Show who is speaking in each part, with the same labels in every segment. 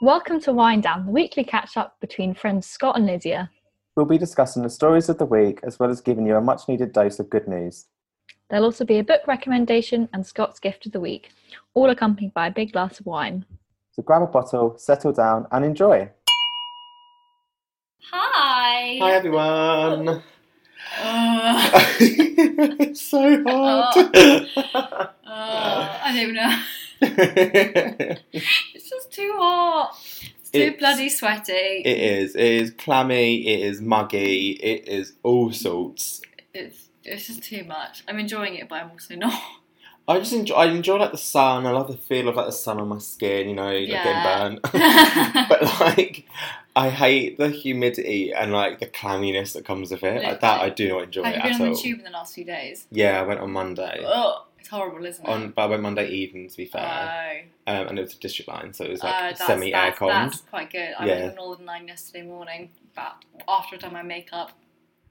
Speaker 1: Welcome to Wind Down, the weekly catch up between friends Scott and Lydia.
Speaker 2: We'll be discussing the stories of the week as well as giving you a much needed dose of good news.
Speaker 1: There'll also be a book recommendation and Scott's gift of the week, all accompanied by a big glass of wine.
Speaker 2: So grab a bottle, settle down, and enjoy.
Speaker 3: Hi.
Speaker 2: Hi, everyone.
Speaker 3: Uh,
Speaker 2: it's so hard.
Speaker 3: uh, I don't know. It's just too hot. It's too
Speaker 2: It's-
Speaker 3: bloody sweaty.
Speaker 2: it is. It is clammy. It is muggy. It is all sorts.
Speaker 3: it's it's just too much. I'm enjoying it, but I'm also not.
Speaker 2: I just enjoy. I enjoy like the sun. I love the feel of like the sun on my skin. You know, like,
Speaker 3: Yeah.
Speaker 2: getting burnt. but like, I hate the humidity and like the clamminess that comes with it. Like that, I do not enjoy
Speaker 3: Have
Speaker 2: it
Speaker 3: you been
Speaker 2: at
Speaker 3: on
Speaker 2: all.
Speaker 3: the tube Oh. in the last few days?
Speaker 2: Yeah, I went on Monday.
Speaker 3: Ugh, it's horrible, isn't it?
Speaker 2: On, but I went Monday evening, to be fair,
Speaker 3: Oh.
Speaker 2: um, and it was a district line, so it was
Speaker 3: Uh,
Speaker 2: like
Speaker 3: that's-
Speaker 2: semi
Speaker 3: that's,
Speaker 2: aircon.
Speaker 3: That's quite good. I
Speaker 2: Yeah.
Speaker 3: went to Northern Line yesterday morning, but after I'd done my makeup,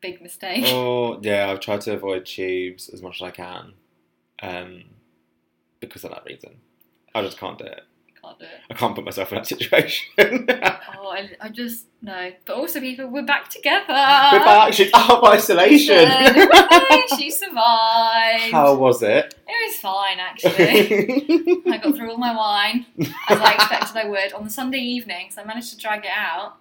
Speaker 3: big mistake.
Speaker 2: Oh yeah, I've tried to avoid tubes as much as I can, um, because of that reason. I just can't do it.
Speaker 3: Can't do it.
Speaker 2: I can't put myself in that situation.
Speaker 3: Oh, I, I just no. But also, people, we're back together.
Speaker 2: We're
Speaker 3: Ah,
Speaker 2: back. She's out of oh, isolation.
Speaker 3: Good. she survived.
Speaker 2: How was it?
Speaker 3: It was fine, actually. I got through all my wine as I expected I would on the Sunday evening, so I managed to drag it out.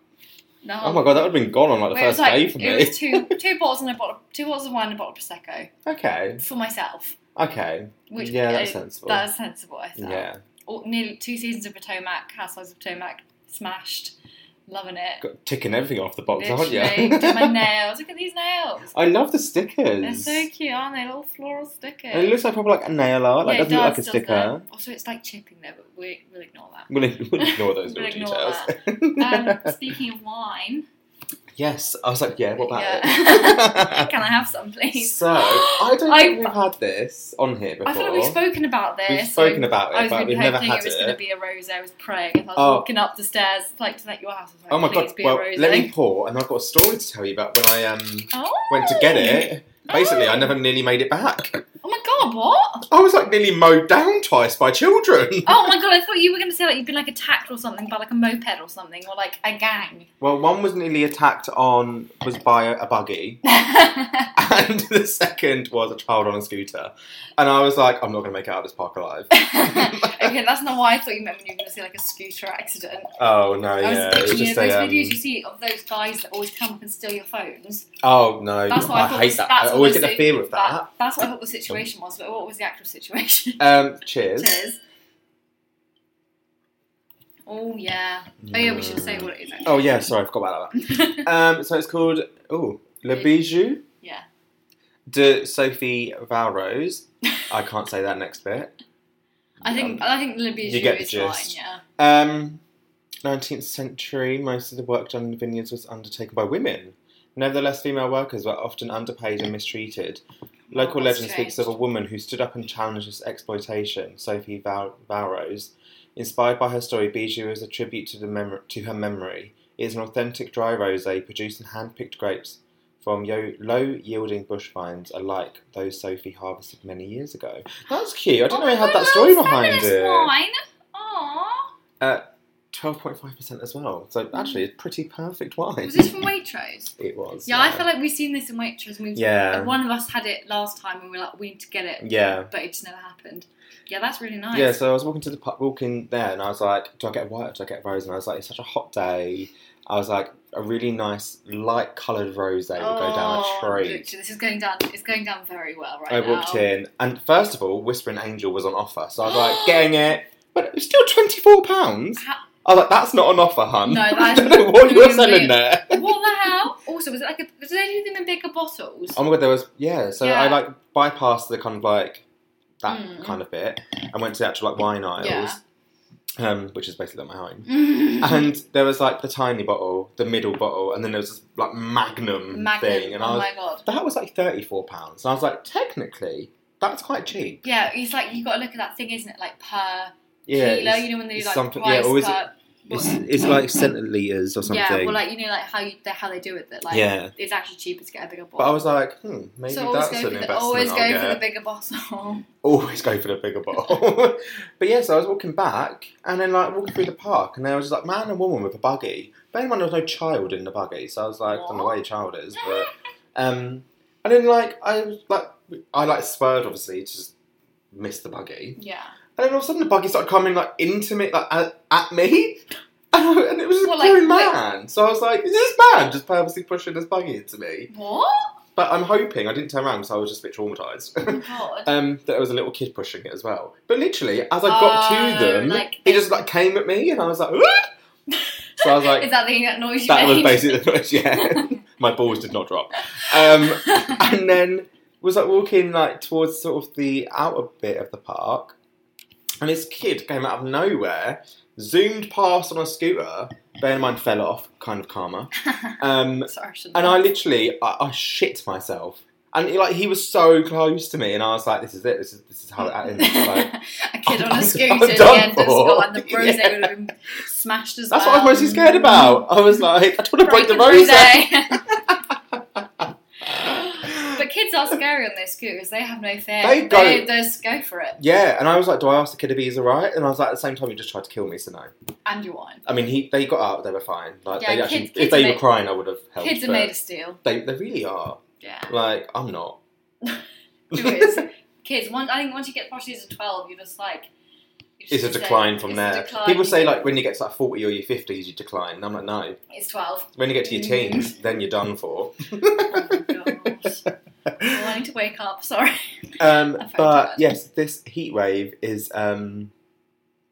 Speaker 3: The
Speaker 2: oh
Speaker 3: whole-
Speaker 2: my god, that would have been gone on like the
Speaker 3: Well, it was
Speaker 2: first
Speaker 3: like
Speaker 2: day for me.
Speaker 3: it was two two bottles and a bottle two bottles of wine and a bottle of prosecco
Speaker 2: Okay.
Speaker 3: for myself,
Speaker 2: Okay.
Speaker 3: which
Speaker 2: yeah, that's
Speaker 3: uh,
Speaker 2: sensible.
Speaker 3: that is sensible. I thought.
Speaker 2: Oh. yeah.
Speaker 3: All, nearly two seasons of Potomac, Housewives of Potomac, smashed, loving it.
Speaker 2: Got ticking everything off the box, aren't
Speaker 3: Literally, did my
Speaker 2: you?
Speaker 3: nails. Look at these nails.
Speaker 2: I love the stickers.
Speaker 3: They're so cute, aren't they? Little floral stickers.
Speaker 2: And it looks like probably like a nail art. Like
Speaker 3: Yeah, it
Speaker 2: doesn't look like a
Speaker 3: does,
Speaker 2: sticker.
Speaker 3: doesn't it? Also, it's like chipping there, but we, we'll ignore that.
Speaker 2: We'll, we'll ignore those
Speaker 3: We'll
Speaker 2: little
Speaker 3: ignore
Speaker 2: details.
Speaker 3: Um, speaking of wine,
Speaker 2: yes, I was like, yeah, what about
Speaker 3: Yeah.
Speaker 2: it?
Speaker 3: can I have some, please?
Speaker 2: so I don't
Speaker 3: I-
Speaker 2: think we've had this on here before.
Speaker 3: I thought we've spoken about this.
Speaker 2: We've spoken
Speaker 3: so
Speaker 2: about
Speaker 3: I
Speaker 2: it,
Speaker 3: was
Speaker 2: but
Speaker 3: really
Speaker 2: we've never
Speaker 3: hoping
Speaker 2: had
Speaker 3: it was going to be a rose. I was praying as I was
Speaker 2: Oh.
Speaker 3: walking up the stairs, like to let your house. I was like,
Speaker 2: Oh my
Speaker 3: please
Speaker 2: god!
Speaker 3: be a
Speaker 2: Well,
Speaker 3: rose.
Speaker 2: let me pour, and I've got a story to tell you about when I um
Speaker 3: Oh.
Speaker 2: went to get it. Basically, I
Speaker 3: Oh.
Speaker 2: never nearly made it back.
Speaker 3: Oh my god, what?
Speaker 2: I was like nearly mowed down twice by children.
Speaker 3: Oh my god, I thought you were going to say like you'd been like attacked or something by like a moped or something or like a gang.
Speaker 2: Well, one was nearly attacked on was by a, a buggy, and the second was a child on a scooter. And I was like, I'm not going to make it out of this park alive.
Speaker 3: okay, that's not why I thought you meant when you were going to say like a scooter accident.
Speaker 2: oh no,
Speaker 3: I was
Speaker 2: yeah, it was
Speaker 3: picturing you
Speaker 2: just
Speaker 3: know, those
Speaker 2: a. Um,
Speaker 3: videos you see of those guys that always come up and steal your phones.
Speaker 2: oh no,
Speaker 3: That's what I
Speaker 2: I,
Speaker 3: thought
Speaker 2: hate
Speaker 3: was-
Speaker 2: that.
Speaker 3: that's
Speaker 2: I
Speaker 3: what
Speaker 2: always
Speaker 3: was
Speaker 2: get the
Speaker 3: it-
Speaker 2: fear of that.
Speaker 3: That, that's what I thought the situation was, but what was the actual situation?
Speaker 2: Um, cheers.
Speaker 3: Cheers. Oh yeah. Oh yeah, we should say what it is. Actually.
Speaker 2: Oh yeah, sorry, I forgot about that. um, so it's called oh Le Bijou
Speaker 3: Yeah.
Speaker 2: de Sophie Valrose. I can't say that next bit.
Speaker 3: I think I think Libya
Speaker 2: you get the
Speaker 3: is fine.
Speaker 2: gist.
Speaker 3: Yeah.
Speaker 2: Um, 19th century, most of the work done in the vineyards was undertaken by women. Nevertheless, female workers were often underpaid and mistreated. Local
Speaker 3: Well, Oh, that's
Speaker 2: legend speaks of a
Speaker 3: strange.
Speaker 2: woman who stood up and challenged this exploitation, Sophie Val- Valrose. Inspired by her story, Bijou is a tribute to, the mem- to her memory. It is an authentic dry rosé produced in hand-picked grapes from yo- low-yielding bush vines alike those Sophie harvested many years ago. That's cute. I didn't know
Speaker 3: Oh,
Speaker 2: it had
Speaker 3: my
Speaker 2: that story
Speaker 3: God,
Speaker 2: behind
Speaker 3: feminist
Speaker 2: it.
Speaker 3: Wine. Aw.
Speaker 2: Twelve point five percent as well. So actually, it's pretty perfect wine.
Speaker 3: Was this from Waitrose?
Speaker 2: It was.
Speaker 3: Yeah, I feel like we've seen this in Waitrose. and We've,
Speaker 2: Yeah.
Speaker 3: One of us had it last time and we were like, we need to get it,
Speaker 2: Yeah.
Speaker 3: but it just never happened. Yeah, that's really nice.
Speaker 2: Yeah, so I was walking to the pub, walking there, and I was like, "Do I get a white or do I get a rose?" And I was like, "It's such a hot day." I was like, "A really nice light coloured rose will go down
Speaker 3: Oh,
Speaker 2: a tree."
Speaker 3: literally, This is going down. It's going down very well right
Speaker 2: I
Speaker 3: now.
Speaker 2: walked in, and first of all, Whispering Angel was on offer, so I was like, "Getting it," but it was still twenty four pounds.
Speaker 3: How-
Speaker 2: I was like, "That's not an offer, hun."
Speaker 3: No,
Speaker 2: I
Speaker 3: that's-
Speaker 2: don't know what you're
Speaker 3: really
Speaker 2: selling
Speaker 3: weird.
Speaker 2: there.
Speaker 3: what the hell? Also, was it like a? Did they do them in bigger bottles?
Speaker 2: Oh my god, there was yeah. So I
Speaker 3: Yeah.
Speaker 2: like bypassed the kind of like that
Speaker 3: Mm.
Speaker 2: kind of bit and went to the actual like wine aisles,
Speaker 3: Yeah.
Speaker 2: um, which is basically like my home.
Speaker 3: and
Speaker 2: And there was like the tiny bottle, the middle bottle, and then there was this like Magnum, thing, and I
Speaker 3: oh
Speaker 2: was
Speaker 3: my god.
Speaker 2: that was like thirty four pounds, and I was like technically that's quite cheap.
Speaker 3: Yeah, it's like you got to look at that thing, isn't it? Like per
Speaker 2: Yeah,
Speaker 3: kilo,
Speaker 2: it's-
Speaker 3: you know when they do
Speaker 2: it's
Speaker 3: like
Speaker 2: something-
Speaker 3: price
Speaker 2: yeah, always-
Speaker 3: per
Speaker 2: It's, it's like centiliters or something.
Speaker 3: Yeah, well, like you know, like how you, the, how they do it. That like
Speaker 2: Yeah.
Speaker 3: it's actually cheaper to get a bigger bottle.
Speaker 2: but I was like, hmm, maybe
Speaker 3: so
Speaker 2: that's
Speaker 3: always go
Speaker 2: an
Speaker 3: for
Speaker 2: investment.
Speaker 3: the, always
Speaker 2: I'll
Speaker 3: go
Speaker 2: get.
Speaker 3: for the bigger bottle.
Speaker 2: always go for the bigger bottle. but yeah, so I was walking back and then like walking through the park and there was like man and woman with a buggy. Bear in mind there was no child in the buggy, so I was like, I don't know where your child is, but um and then like I was like I like spurred obviously to just miss the buggy.
Speaker 3: yeah.
Speaker 2: And then all of a sudden the buggy started coming like into me like at, at me. And, I- and it was just
Speaker 3: Well, like,
Speaker 2: going
Speaker 3: quick.
Speaker 2: mad. So I was like, is this man just purposely pushing this buggy into me?
Speaker 3: What?
Speaker 2: But I'm hoping I didn't turn around because I was just a bit traumatized.
Speaker 3: Oh my god.
Speaker 2: um, that there was a little kid pushing it as well. But literally, as I got
Speaker 3: Oh,
Speaker 2: to them,
Speaker 3: like-
Speaker 2: he just like came at me, and I was like, "Wah!" so I was
Speaker 3: Is
Speaker 2: like,
Speaker 3: that the that noise you
Speaker 2: that was
Speaker 3: made?
Speaker 2: basically the noise. Yeah, my balls did not drop. Um, and then was like walking like towards sort of the outer bit of the park, and this kid came out of nowhere, zoomed past on a scooter. Bear in mind, fell off, kind of karma. Um,
Speaker 3: Sorry, I shouldn't
Speaker 2: and
Speaker 3: have.
Speaker 2: I literally, I, I shit myself. And like he was so close to me, and I was like, "This is it. This is this is how it ends." Like,
Speaker 3: a
Speaker 2: I'm-
Speaker 3: kid on a
Speaker 2: I'm-
Speaker 3: scooter
Speaker 2: I'm
Speaker 3: at
Speaker 2: done
Speaker 3: the end of
Speaker 2: for.
Speaker 3: school, and the rosé
Speaker 2: Yeah.
Speaker 3: would have been smashed as
Speaker 2: that's
Speaker 3: well.
Speaker 2: what I was mostly scared about. I was like, "I don't want to break the rose."
Speaker 3: rosé. but kids are scary on their scooters; they have no fear.
Speaker 2: They go-
Speaker 3: They, they just go for it,
Speaker 2: yeah, and I was like, "Do I ask the kid if he's alright?" And I was like, "At the same time, he just tried to kill me, so no."
Speaker 3: and you won.
Speaker 2: I mean, he they got out, they were fine. Like
Speaker 3: Yeah,
Speaker 2: they
Speaker 3: kids-
Speaker 2: actually,
Speaker 3: kids
Speaker 2: if they
Speaker 3: are
Speaker 2: were
Speaker 3: made-
Speaker 2: crying, I would have helped.
Speaker 3: Kids are
Speaker 2: but
Speaker 3: made of steel.
Speaker 2: They they really are.
Speaker 3: Yeah.
Speaker 2: Like I'm not.
Speaker 3: Who is kids? Once I think once you get past these are twelve, you're just like you
Speaker 2: it's a
Speaker 3: just say,
Speaker 2: decline from
Speaker 3: it's a
Speaker 2: there.
Speaker 3: decline.
Speaker 2: People say like when you get to like forty or your fifties, you decline. And I'm like, no.
Speaker 3: it's twelve.
Speaker 2: When you get to your
Speaker 3: Mm.
Speaker 2: teens, then you're done for.
Speaker 3: Oh my gosh. Oh, I need to wake up. Sorry.
Speaker 2: Um,
Speaker 3: I found
Speaker 2: but
Speaker 3: that.
Speaker 2: yes, this heat wave is um,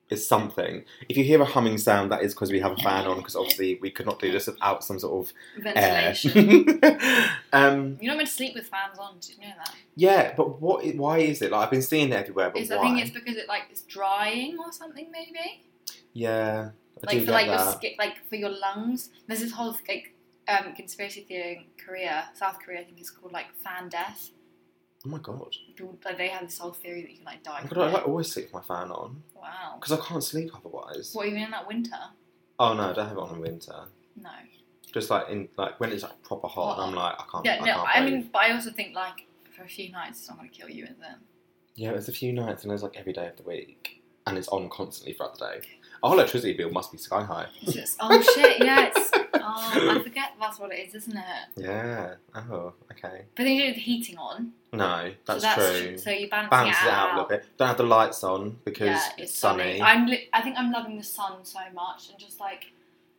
Speaker 2: is something. If you hear a humming sound, that is because we have a fan on. Because obviously we could not do this without some sort of air.
Speaker 3: Ventilation.
Speaker 2: um,
Speaker 3: You're not meant to sleep with fans on. Did you know that?
Speaker 2: yeah, but what? i- Why is it? Like I've been seeing it everywhere, but
Speaker 3: It's,
Speaker 2: why?
Speaker 3: I think it's because it like it's drying or something maybe.
Speaker 2: yeah, I
Speaker 3: like
Speaker 2: do
Speaker 3: for
Speaker 2: get
Speaker 3: like your
Speaker 2: that.
Speaker 3: skin, like for your lungs. There's this whole like um, conspiracy theory in Korea, South Korea. I think it's called like fan death.
Speaker 2: Oh my god!
Speaker 3: People- Like, they have this whole theory that you can like die.
Speaker 2: Oh my
Speaker 3: from
Speaker 2: god, I
Speaker 3: it.
Speaker 2: like always sleep with my fan on
Speaker 3: Wow.
Speaker 2: because I can't sleep otherwise.
Speaker 3: What even in that winter?
Speaker 2: Oh no, I don't have it on in winter.
Speaker 3: No.
Speaker 2: Just like in like when it's like proper hot, and I'm like I can't.
Speaker 3: Yeah,
Speaker 2: I
Speaker 3: no,
Speaker 2: can't
Speaker 3: I
Speaker 2: breathe.
Speaker 3: mean, but I also think like for a few nights it's not going to kill you, is it?
Speaker 2: Yeah, it's a few nights and it's like every day of the week. And it's on constantly throughout the day. Our electricity bill must be sky high.
Speaker 3: It's just oh shit, yeah, it's oh I forget that's what it is, isn't it?
Speaker 2: Yeah. Oh, okay.
Speaker 3: But then you do with the heating on,
Speaker 2: No, that's,
Speaker 3: so that's
Speaker 2: true.
Speaker 3: So you balance,
Speaker 2: Bounces
Speaker 3: it
Speaker 2: it out a little bit. Don't have the lights on because
Speaker 3: yeah,
Speaker 2: it's, sunny.
Speaker 3: I'm li- I think I'm loving the sun so much, and just like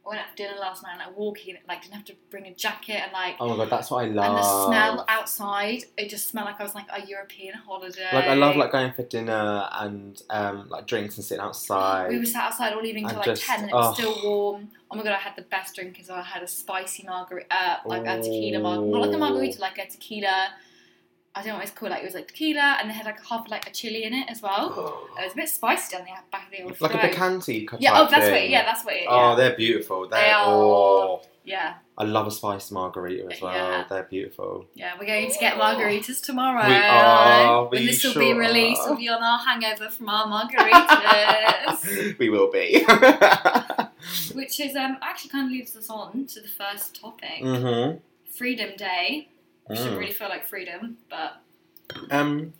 Speaker 3: I went out to dinner last night and I like, walking, like didn't have to bring a jacket and like.
Speaker 2: Oh my god, that's what I love.
Speaker 3: And the smell outside, it just smelled like I was on, like a European holiday.
Speaker 2: Like I love like going for dinner and um like drinks and sitting outside.
Speaker 3: We were sat outside all evening
Speaker 2: I
Speaker 3: till like
Speaker 2: just-
Speaker 3: ten, and it was
Speaker 2: oh.
Speaker 3: still warm. Oh my god, I had the best drink as well. I had a spicy margarita, uh, like a tequila
Speaker 2: Ooh.
Speaker 3: margarita, not like a margarita, like a tequila. I don't know what it's called. Like it was like tequila, and they had like half like a chili in it as well. It was a bit spicy down there back in the old
Speaker 2: Oh. like a
Speaker 3: throat.
Speaker 2: Bacanti type
Speaker 3: Oh, Yeah, oh, that's
Speaker 2: thing.
Speaker 3: what. Yeah, that's what. It,
Speaker 2: Oh,
Speaker 3: yeah.
Speaker 2: they're beautiful. They're,
Speaker 3: They are-
Speaker 2: oh,
Speaker 3: yeah,
Speaker 2: I love a spice margarita as well.
Speaker 3: Yeah.
Speaker 2: They're beautiful.
Speaker 3: yeah. We're going to get margaritas tomorrow.
Speaker 2: We are, we
Speaker 3: when this will be
Speaker 2: sure
Speaker 3: released,
Speaker 2: are.
Speaker 3: we'll be on our hangover from our margaritas,
Speaker 2: we will be.
Speaker 3: which is um actually kind of leads us on to the first topic,
Speaker 2: Mhm.
Speaker 3: Freedom Day. I should
Speaker 2: Mm.
Speaker 3: really feel like freedom, but
Speaker 2: Um,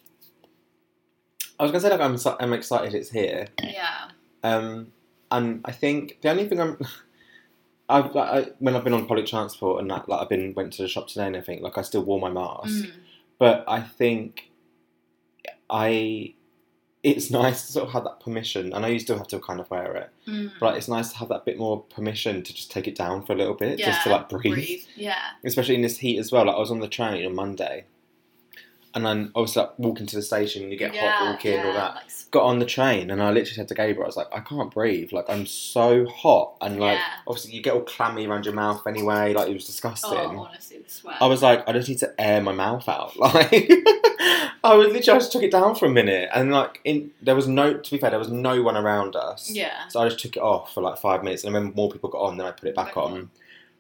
Speaker 2: I was gonna say like I'm so, I'm excited it's here.
Speaker 3: yeah.
Speaker 2: Um, and I think the only thing I'm I've like, I, when I've been on public transport and that like I've been went to the shop today and everything like I still wore my mask,
Speaker 3: Mm.
Speaker 2: but I think I it's nice to sort of have that permission. I know you still have to kind of wear it,
Speaker 3: Mm.
Speaker 2: but like, it's nice to have that bit more permission to just take it down for a little bit, just to
Speaker 3: Yeah,
Speaker 2: like breathe.
Speaker 3: Yeah.
Speaker 2: especially in this heat as well. Like I was on the train on Monday, and then I was like walking to the station. You get
Speaker 3: yeah,
Speaker 2: hot walking, all
Speaker 3: yeah,
Speaker 2: that.
Speaker 3: like s-
Speaker 2: Got on the train, and I literally said to Gabriel, "I was like, I can't breathe. Like I'm so hot, and like
Speaker 3: Yeah.
Speaker 2: obviously you get all clammy around your mouth anyway. Like it was disgusting.
Speaker 3: oh, honestly, the sweat.
Speaker 2: I was like, I just need to air my mouth out. Like, I was literally, I just took it down for a minute, and like, in there was no. To be fair, there was no one around us.
Speaker 3: yeah.
Speaker 2: So I just took it off for like five minutes, and when more people got on, then I put it back
Speaker 3: Back
Speaker 2: on.
Speaker 3: on.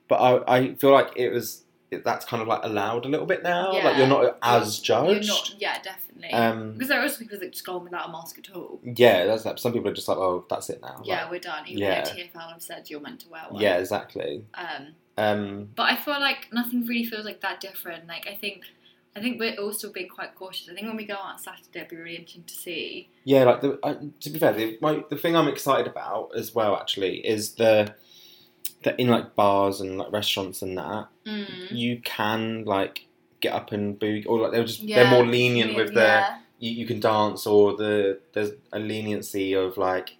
Speaker 2: But I, I feel like it was that's kind of like allowed a little bit now. Like
Speaker 3: Yeah.
Speaker 2: you're not as
Speaker 3: You're
Speaker 2: judged.
Speaker 3: not, yeah, definitely.
Speaker 2: Um,
Speaker 3: because there are also people that just go on without a mask at all.
Speaker 2: yeah, that's that. Some people are just like, oh, that's it now.
Speaker 3: yeah,
Speaker 2: Like,
Speaker 3: we're done. Even
Speaker 2: yeah.
Speaker 3: though TFL have said you're meant to wear one.
Speaker 2: yeah, exactly.
Speaker 3: Um,
Speaker 2: Um,
Speaker 3: but I feel like nothing really feels like that different. Like I think, I think we're also being quite cautious. I think when we go out on Saturday, it'd be really interesting to see.
Speaker 2: Yeah, like the, I, to be fair, the, my, the thing I'm excited about as well actually is the that in like bars and like restaurants and that
Speaker 3: Mm.
Speaker 2: you can like get up and boo or like they're just
Speaker 3: Yeah.
Speaker 2: they're more lenient with the
Speaker 3: yeah.
Speaker 2: you, you can dance or the there's a leniency of like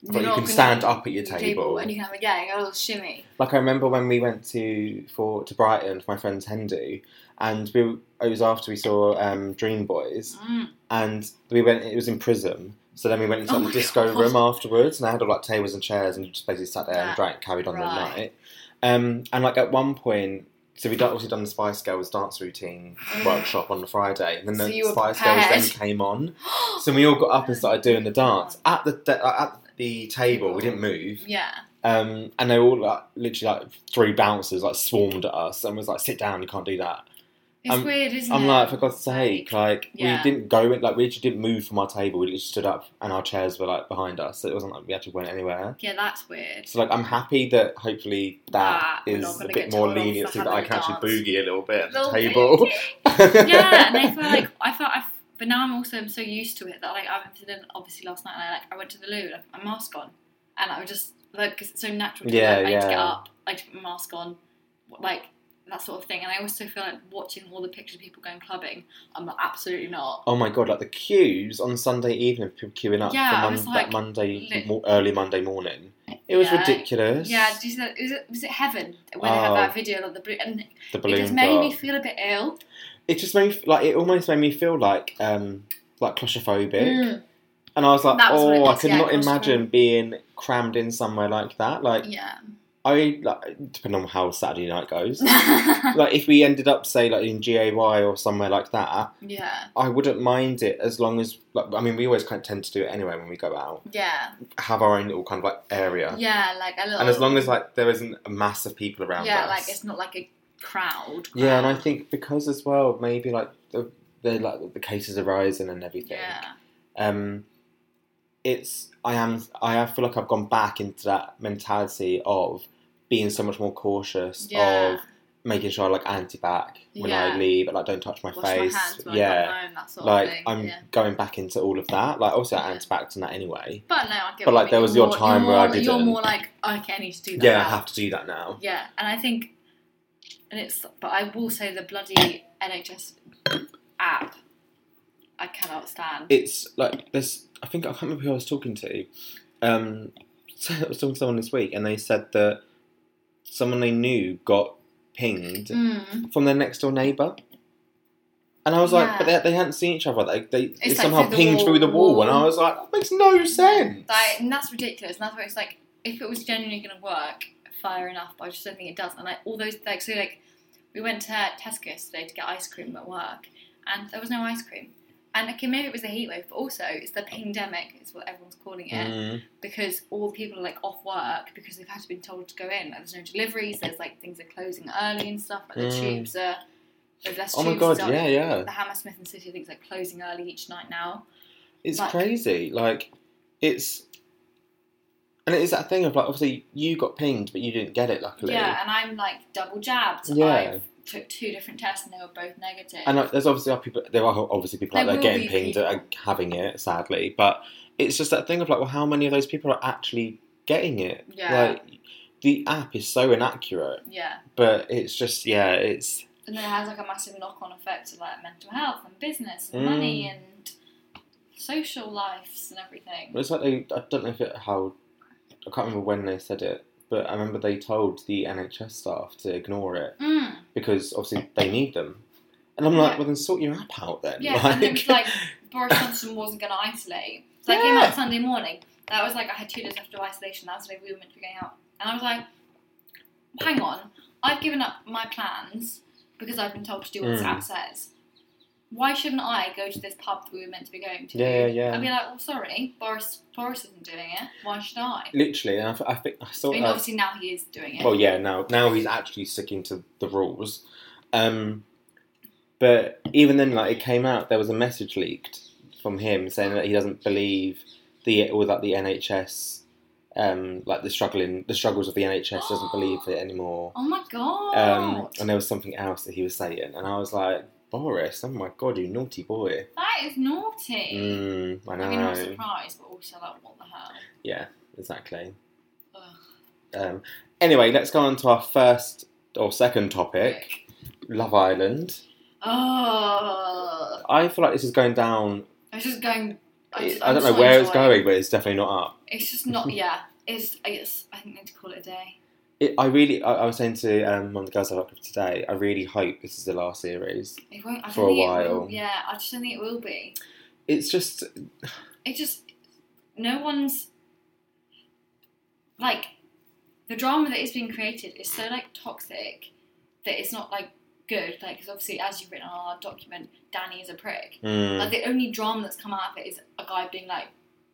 Speaker 3: You're
Speaker 2: like you
Speaker 3: not
Speaker 2: can
Speaker 3: gonna-
Speaker 2: stand up at your table.
Speaker 3: and you can have a gang, a little shimmy.
Speaker 2: Like I remember when we went to for to Brighton for my friend's Hendu, and we were- it was after we saw um, Dream Boys,
Speaker 3: Mm.
Speaker 2: and we went. It was in Prism, so then we went into
Speaker 3: Oh
Speaker 2: like, the
Speaker 3: my
Speaker 2: disco
Speaker 3: God.
Speaker 2: room afterwards, and I had all like tables and chairs, and just basically sat there and
Speaker 3: Yeah.
Speaker 2: drank, carried on
Speaker 3: Right.
Speaker 2: the night. Um, and like at one point, so we'd obviously done the Spice Girls dance routine
Speaker 3: Mm.
Speaker 2: workshop on the Friday, and then
Speaker 3: So
Speaker 2: the
Speaker 3: you were
Speaker 2: Spice Girls
Speaker 3: prepared.
Speaker 2: then came on. So we all got up and started doing the dance at the de- uh, at the table. We didn't move,
Speaker 3: yeah.
Speaker 2: um, and they all like literally like three bouncers like swarmed at us and was like, "Sit down, you can't do that."
Speaker 3: It's
Speaker 2: I'm-
Speaker 3: weird, isn't
Speaker 2: I'm
Speaker 3: it?
Speaker 2: like, for God's sake, like
Speaker 3: Yeah.
Speaker 2: we didn't go in, like we just didn't move from our table. We just stood up, and our chairs were like behind us. So it wasn't like we actually went anywhere.
Speaker 3: Yeah, that's weird.
Speaker 2: So like, I'm happy that hopefully
Speaker 3: That
Speaker 2: that
Speaker 3: Ah, we're
Speaker 2: is
Speaker 3: not
Speaker 2: a
Speaker 3: gonna
Speaker 2: bit
Speaker 3: get
Speaker 2: more
Speaker 3: told off for
Speaker 2: leniency that I
Speaker 3: having
Speaker 2: can
Speaker 3: a
Speaker 2: actually
Speaker 3: dance.
Speaker 2: boogie a little bit at the
Speaker 3: Little
Speaker 2: table.
Speaker 3: yeah, and I feel like I felt I've, but now I'm also I'm so used to it that like I went to the obviously last night and I like I went to the loo like my mask on and I was just like 'cause it's so natural to me,
Speaker 2: Yeah,
Speaker 3: like, I just get
Speaker 2: yeah.
Speaker 3: up I just put my mask on like that sort of thing and I also feel like watching all the pictures of people going clubbing I'm like absolutely not
Speaker 2: Oh my god! Like the queues on Sunday evening, people queuing up
Speaker 3: Yeah,
Speaker 2: for
Speaker 3: I
Speaker 2: mon-
Speaker 3: was
Speaker 2: that
Speaker 3: like,
Speaker 2: Monday
Speaker 3: lit-
Speaker 2: mo- early Monday morning. It was
Speaker 3: Yeah.
Speaker 2: ridiculous.
Speaker 3: yeah did you see that is it was it heaven when they had
Speaker 2: Oh.
Speaker 3: that video of the blue and
Speaker 2: the
Speaker 3: it
Speaker 2: balloon.
Speaker 3: just made me
Speaker 2: drop.
Speaker 3: feel a bit ill
Speaker 2: it just made me f- like it almost made me feel like um like claustrophobic. And I was like,
Speaker 3: Mm. That was what it
Speaker 2: oh, I
Speaker 3: was,
Speaker 2: could
Speaker 3: yeah,
Speaker 2: not
Speaker 3: it was
Speaker 2: imagine
Speaker 3: true.
Speaker 2: being crammed in somewhere like that. Like,
Speaker 3: yeah
Speaker 2: I, like, depending on how Saturday night goes, like, if we ended up, say, like, in GAY or somewhere like that,
Speaker 3: yeah
Speaker 2: I wouldn't mind it as long as, like, I mean, we always kind of tend to do it anyway when we go out,
Speaker 3: yeah
Speaker 2: have our own little kind of, like, area.
Speaker 3: yeah like a little
Speaker 2: And as long as, like, there isn't a mass of people around
Speaker 3: yeah
Speaker 2: us.
Speaker 3: like it's not like a crowd
Speaker 2: yeah, and I
Speaker 3: crowd.
Speaker 2: think because as well, maybe, like, the, the, like, the cases are rising and everything.
Speaker 3: yeah
Speaker 2: um, it's I am I feel like I've gone back into that mentality of being so much more cautious
Speaker 3: yeah
Speaker 2: of making sure I like anti-back when I
Speaker 3: Yeah.
Speaker 2: leave and I don't touch my
Speaker 3: wash
Speaker 2: face.
Speaker 3: my hands when I
Speaker 2: yeah,
Speaker 3: come home, that sort
Speaker 2: like
Speaker 3: of thing.
Speaker 2: I'm
Speaker 3: yeah.
Speaker 2: going back into all of that. Like obviously I
Speaker 3: Yeah.
Speaker 2: anti-backed in that anyway.
Speaker 3: But no, I get.
Speaker 2: But,
Speaker 3: what
Speaker 2: like,
Speaker 3: you
Speaker 2: there
Speaker 3: mean.
Speaker 2: was your
Speaker 3: You're
Speaker 2: time
Speaker 3: more,
Speaker 2: where I
Speaker 3: you're You're
Speaker 2: didn't.
Speaker 3: more like, okay, I need to do that.
Speaker 2: Yeah, I
Speaker 3: now.
Speaker 2: have to do that now.
Speaker 3: Yeah, and I think, and it's. But I will say the bloody NHS app, I cannot stand.
Speaker 2: It's like this. I think I can't remember who I was talking to. Um, I was talking to someone this week, and they said that someone they knew got pinged
Speaker 3: Mm.
Speaker 2: from their next door neighbour. And I was like, but they, they hadn't seen each other. They, they it
Speaker 3: like
Speaker 2: somehow
Speaker 3: through the
Speaker 2: pinged
Speaker 3: wall-
Speaker 2: through the wall, and I
Speaker 3: wall.
Speaker 2: was like, that makes no sense.
Speaker 3: Like, and that's ridiculous. And that's where it's like, if it was genuinely going to work, fair enough. But I just don't think it does. And like all those, like, so like, we went to Tesco yesterday to get ice cream at work, and there was no ice cream. And okay, maybe it was the heat wave, but also it's the pandemic, is what everyone's calling it,
Speaker 2: Mm,
Speaker 3: because all people are like off work because they've had to been told to go in. Like, there's no deliveries. There's like things are closing early and stuff. Like the
Speaker 2: Mm.
Speaker 3: tubes are. There's less
Speaker 2: Oh my
Speaker 3: tubes
Speaker 2: God,
Speaker 3: done.
Speaker 2: yeah, yeah.
Speaker 3: The Hammersmith and City things are closing early each night now.
Speaker 2: it's
Speaker 3: Like-
Speaker 2: crazy. Like, it's. And it is that thing of like, obviously, you got pinged, but you didn't get it, luckily.
Speaker 3: Yeah, and I'm like double jabbed.
Speaker 2: Yeah.
Speaker 3: I took two different tests and they were both negative.
Speaker 2: And like, there's obviously are people. There are obviously people out
Speaker 3: There
Speaker 2: there
Speaker 3: will
Speaker 2: getting
Speaker 3: be
Speaker 2: pinged that are having it, sadly. But it's just that thing of like, well, how many of those people are actually getting it?
Speaker 3: Yeah.
Speaker 2: Like, the app is so inaccurate,
Speaker 3: yeah,
Speaker 2: but it's just yeah, it's
Speaker 3: and then it has like a massive knock on effect to like mental health and business and
Speaker 2: Mm.
Speaker 3: money and social lives and everything.
Speaker 2: Well, It's like they, I don't know if it, how, I can't remember when they said it, but I remember they told the NHS staff to ignore it
Speaker 3: Mm.
Speaker 2: because obviously they need them. And I'm like,
Speaker 3: Yeah.
Speaker 2: well, then sort your app out then.
Speaker 3: Yeah, and it was like Boris Johnson wasn't going to isolate. So I came
Speaker 2: Yeah.
Speaker 3: out Sunday morning. That was like I had two days after isolation. That's when we were meant to be going out, and I was like, "Hang on, I've given up my plans because I've been told to do what
Speaker 2: Mm.
Speaker 3: this app says." why shouldn't I go to this pub that we were meant to be going to?
Speaker 2: Yeah, yeah.
Speaker 3: I'd be like, well, sorry, Boris, Boris isn't doing it. Why should I?
Speaker 2: Literally, and I, th- I think I
Speaker 3: I
Speaker 2: saw
Speaker 3: mean,
Speaker 2: that.
Speaker 3: obviously now he is doing it.
Speaker 2: uh, Well, yeah, now now he's actually sticking to the rules. Um, but even then, like it came out, there was a message leaked from him saying that he doesn't believe the or that the NHS, um, like the struggling the struggles of the NHS doesn't believe it anymore.
Speaker 3: Oh my god.
Speaker 2: Um, and there was something else that he was saying, and I was like, Boris, oh my god, you naughty boy.
Speaker 3: that is naughty.
Speaker 2: Mm, I know.
Speaker 3: I mean, I'm surprised, but also like, what the hell?
Speaker 2: Yeah, exactly.
Speaker 3: Ugh.
Speaker 2: Um, anyway, let's go on to our first or second topic. Love Island.
Speaker 3: Oh,
Speaker 2: I feel like this is going down.
Speaker 3: I was just going. I,
Speaker 2: I,
Speaker 3: just,
Speaker 2: don't
Speaker 3: I'm
Speaker 2: know
Speaker 3: so
Speaker 2: where it's
Speaker 3: enjoying-
Speaker 2: going, but it's definitely not up.
Speaker 3: It's just not. Yeah, it's. I guess I think I need to call it a day.
Speaker 2: It, I really, I, I was saying to um, one of the girls I work with today, I really hope this is the last series.
Speaker 3: It won't. I don't
Speaker 2: For a
Speaker 3: think It
Speaker 2: while.
Speaker 3: will, yeah, I just don't think it will be.
Speaker 2: It's just,
Speaker 3: It just. No one's. Like, the drama that is being created is so like toxic that it's not like good. Like, because obviously, as you've written on our document, Danny is a prick.
Speaker 2: mm,
Speaker 3: Like the only drama that's come out of it is a guy being like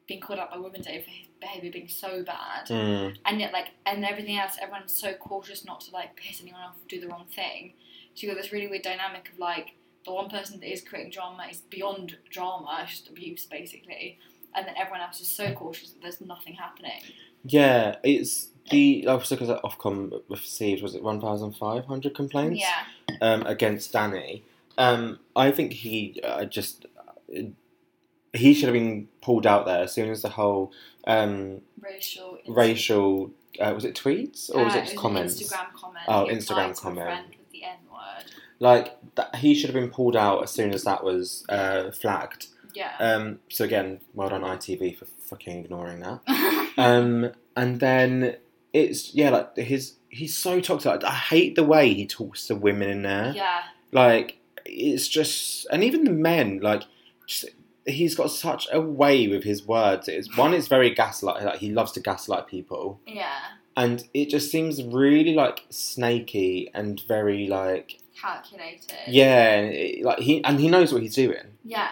Speaker 3: being called out by Women's Day for his behaviour being so bad,
Speaker 2: mm,
Speaker 3: and yet like and everything else, everyone's so cautious not to like piss anyone off or do the wrong thing. So you got this really weird dynamic of like the one person that is creating drama is beyond drama, it's just abuse basically, and then everyone else is so cautious that there's nothing happening.
Speaker 2: yeah. It's the I was looking at Ofcom received was it one thousand five hundred complaints?
Speaker 3: Yeah,
Speaker 2: um, against Danny. Um, I think he uh, just he should have been pulled out there as soon as the whole um,
Speaker 3: racial. ins-
Speaker 2: racial uh, was it tweets or was
Speaker 3: uh,
Speaker 2: it just comments?
Speaker 3: Instagram comment.
Speaker 2: Oh,
Speaker 3: He
Speaker 2: Instagram
Speaker 3: replied to a
Speaker 2: comment.
Speaker 3: friend with the N word.
Speaker 2: Like that, he should have been pulled out as soon as that was uh, flagged.
Speaker 3: Yeah.
Speaker 2: Um, so again, well done ITV for fucking ignoring that. Um, and then it's yeah, like his he's so toxic. I hate the way he talks to women in there.
Speaker 3: yeah.
Speaker 2: Like it's just, and even the men, like just, he's got such a way with his words. It's one, it's very gaslight. Like he loves to gaslight people,
Speaker 3: Yeah.
Speaker 2: and it just seems really like snaky and very like
Speaker 3: Calculated.
Speaker 2: yeah, and it, like he and he knows what he's doing.
Speaker 3: Yeah,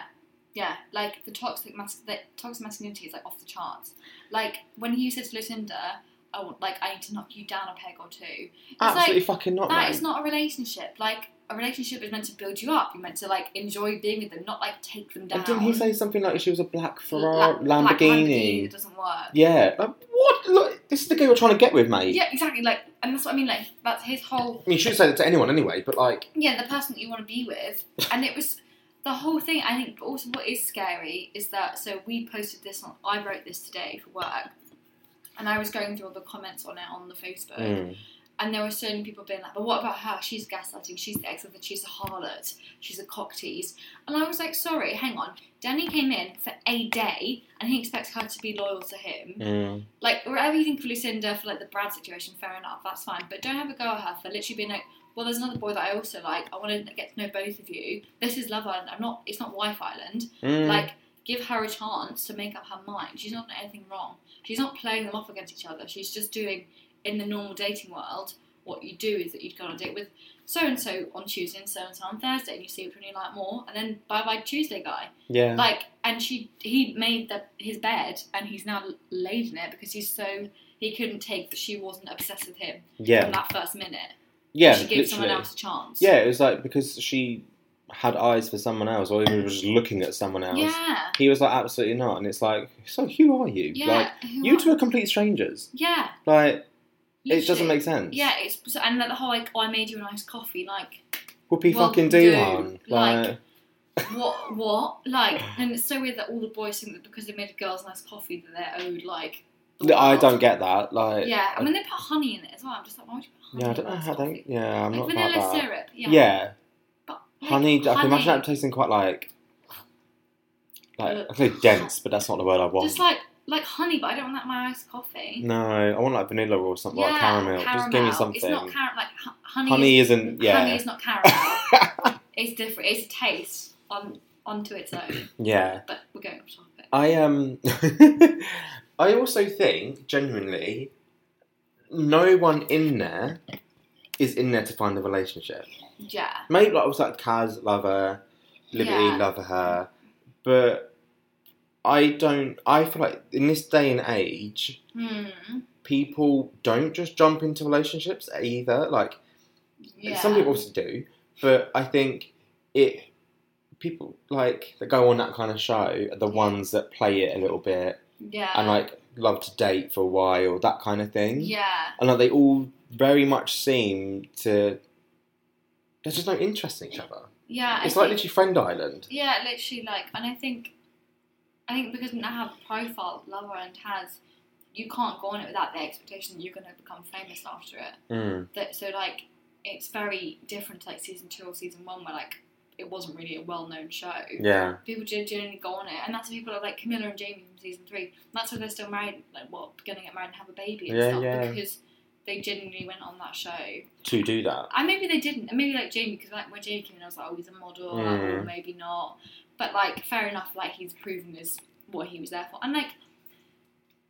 Speaker 3: yeah. Like the toxic mas- the toxic masculinity is like off the charts. Like when he said to Lucinda, "I want, like I need to knock you down a peg or two. It's
Speaker 2: Absolutely
Speaker 3: like
Speaker 2: fucking not.
Speaker 3: that
Speaker 2: mate.
Speaker 3: is not a relationship. Like a relationship is meant to build you up. You're meant to like enjoy being with them, not like take them down.
Speaker 2: And didn't he say something like she was a black
Speaker 3: Bla-
Speaker 2: Ferrari
Speaker 3: black
Speaker 2: Lamborghini?
Speaker 3: It doesn't work.
Speaker 2: Yeah, like, what? Look, this is the guy you're trying to get with, mate.
Speaker 3: Yeah, exactly. Like, and that's what I mean. Like, that's his whole
Speaker 2: I mean, you should say that to anyone anyway, but like,
Speaker 3: yeah, the person that you want to be with. And it was the whole thing, I think, but also what is scary is that, so we posted this on, I wrote this today for work, and I was going through all the comments on it on the Facebook,
Speaker 2: mm,
Speaker 3: and there were so many people being like, but what about her? She's gaslighting, she's the ex of the, she's a harlot, she's a cock tease. And I was like, sorry, hang on. Danny came in for a day, and he expects her to be loyal to him
Speaker 2: mm,
Speaker 3: like whatever you think for Lucinda for like the Brad situation, fair enough, that's fine. But don't have a go at her for literally being like, well, there's another boy that I also like. I want to get to know both of you. This is Love Island. I'm not. It's not Wife Island.
Speaker 2: mm.
Speaker 3: Like, give her a chance to make up her mind. She's not done anything wrong. She's not playing them off against each other. She's just doing in the normal dating world. What you do is that you'd go on a date with so and so on Tuesday and so and so on Thursday, and you see which one you like more, and then bye bye Tuesday guy.
Speaker 2: yeah.
Speaker 3: Like, and she, he made the, his bed, and he's now laid in it because he's so he couldn't take that she wasn't obsessed with him
Speaker 2: Yeah,
Speaker 3: from that first minute.
Speaker 2: yeah,
Speaker 3: she gave someone
Speaker 2: literally.
Speaker 3: else a chance.
Speaker 2: Yeah, it was like because she had eyes for someone else, or even was just looking at someone else.
Speaker 3: yeah,
Speaker 2: He was like, absolutely not, and it's like, so who are you?
Speaker 3: yeah.
Speaker 2: Like,
Speaker 3: who
Speaker 2: you
Speaker 3: are-
Speaker 2: two are complete strangers.
Speaker 3: yeah.
Speaker 2: Like, it
Speaker 3: literally.
Speaker 2: doesn't make sense.
Speaker 3: Yeah, it's so- and like the whole like oh, I made you a nice coffee. Like
Speaker 2: Whoopie
Speaker 3: Well,
Speaker 2: fucking
Speaker 3: dude,
Speaker 2: doohan.
Speaker 3: like-
Speaker 2: Like,
Speaker 3: what? what? Like, and it's so weird that all the boys think that because they made a girl's nice coffee that they're owed like. the
Speaker 2: I
Speaker 3: world.
Speaker 2: don't get that. Like,
Speaker 3: Yeah, I mean they put honey in it as well. I'm just like, why would you put honey?
Speaker 2: yeah, I don't know
Speaker 3: in nice
Speaker 2: how.
Speaker 3: coffee?
Speaker 2: They, yeah, I'm
Speaker 3: Like
Speaker 2: not
Speaker 3: vanilla
Speaker 2: about that.
Speaker 3: syrup.
Speaker 2: Yeah,
Speaker 3: But, like,
Speaker 2: honey, I can imagine
Speaker 3: honey.
Speaker 2: that tasting quite like, like
Speaker 3: Ugh.
Speaker 2: I say dense, but that's not the word I want.
Speaker 3: Just like like honey, but I don't want that in my iced coffee.
Speaker 2: no, I want like vanilla or something,
Speaker 3: yeah,
Speaker 2: like caramel. Just give me something.
Speaker 3: It's not caramel. Like hu- honey.
Speaker 2: honey
Speaker 3: is,
Speaker 2: isn't. Yeah.
Speaker 3: Honey is not caramel. it's different. It's a taste on onto its own.
Speaker 2: Yeah.
Speaker 3: But we're going off topic.
Speaker 2: I um I also think genuinely no one in there is in there to find a relationship.
Speaker 3: Yeah.
Speaker 2: Maybe like I was like Kaz lover, Liberty
Speaker 3: Yeah.
Speaker 2: love her, but I don't. I feel like in this day and age,
Speaker 3: Hmm.
Speaker 2: people don't just jump into relationships either. Like
Speaker 3: Yeah.
Speaker 2: some people obviously do, but I think it people like that go on that kind of show are the ones that play it a little bit
Speaker 3: Yeah.
Speaker 2: and like hmm? love to date for a while, that kind of thing.
Speaker 3: Yeah.
Speaker 2: And like they all very much seem to there's just no interest in each other.
Speaker 3: Yeah. I
Speaker 2: It's like
Speaker 3: think-
Speaker 2: literally Friend Island.
Speaker 3: Yeah, literally. Like, and I think, I think because now profile Love Island has, you can't go on it without the expectation that you're going to become famous after it.
Speaker 2: Mm.
Speaker 3: That so like, it's very different to like season two or season one where like it wasn't really a well-known show.
Speaker 2: Yeah.
Speaker 3: People did generally go on it, and that's why people are like Camilla and Jamie from season three. That's why they're still married. Like, what, going to get married and have a baby and
Speaker 2: Yeah,
Speaker 3: stuff
Speaker 2: yeah.
Speaker 3: because they genuinely went on that show.
Speaker 2: To do that.
Speaker 3: I maybe they didn't. Maybe like Jamie, because like when Jamie came in, I was like, oh, he's a model, like,
Speaker 2: Mm.
Speaker 3: or maybe not. But like, fair enough. Like he's proven this what he was there for. And like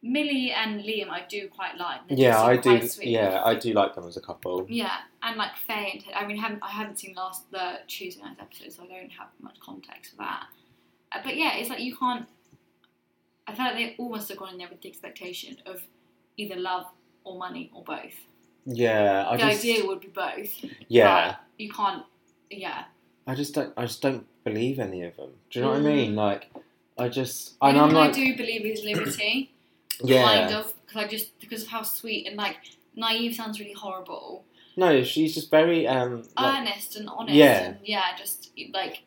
Speaker 3: Millie and Liam, I do quite like. They
Speaker 2: Yeah,
Speaker 3: just seem
Speaker 2: I do.
Speaker 3: quite sweet.
Speaker 2: Yeah, I do like them as a couple.
Speaker 3: Yeah, and like Faye and Ted. I mean, haven't I haven't seen last the Tuesday night's episode, so I don't have much context for that. Uh, but yeah, it's like you can't. I feel like they almost have gone in there with the expectation of either love or money or both.
Speaker 2: Yeah, I
Speaker 3: the
Speaker 2: just
Speaker 3: idea would be both.
Speaker 2: yeah.
Speaker 3: but you can't. Yeah.
Speaker 2: I just don't. I just don't believe any of them. Do you know what I mean? Like, I just. And
Speaker 3: Even
Speaker 2: I'm
Speaker 3: though
Speaker 2: like,
Speaker 3: Mm. I do believe his liberty,
Speaker 2: yeah.
Speaker 3: kind of, because I just because of how sweet and like naive sounds really horrible.
Speaker 2: No, she's just very um. Like,
Speaker 3: Earnest and honest,
Speaker 2: Yeah.
Speaker 3: and yeah, just like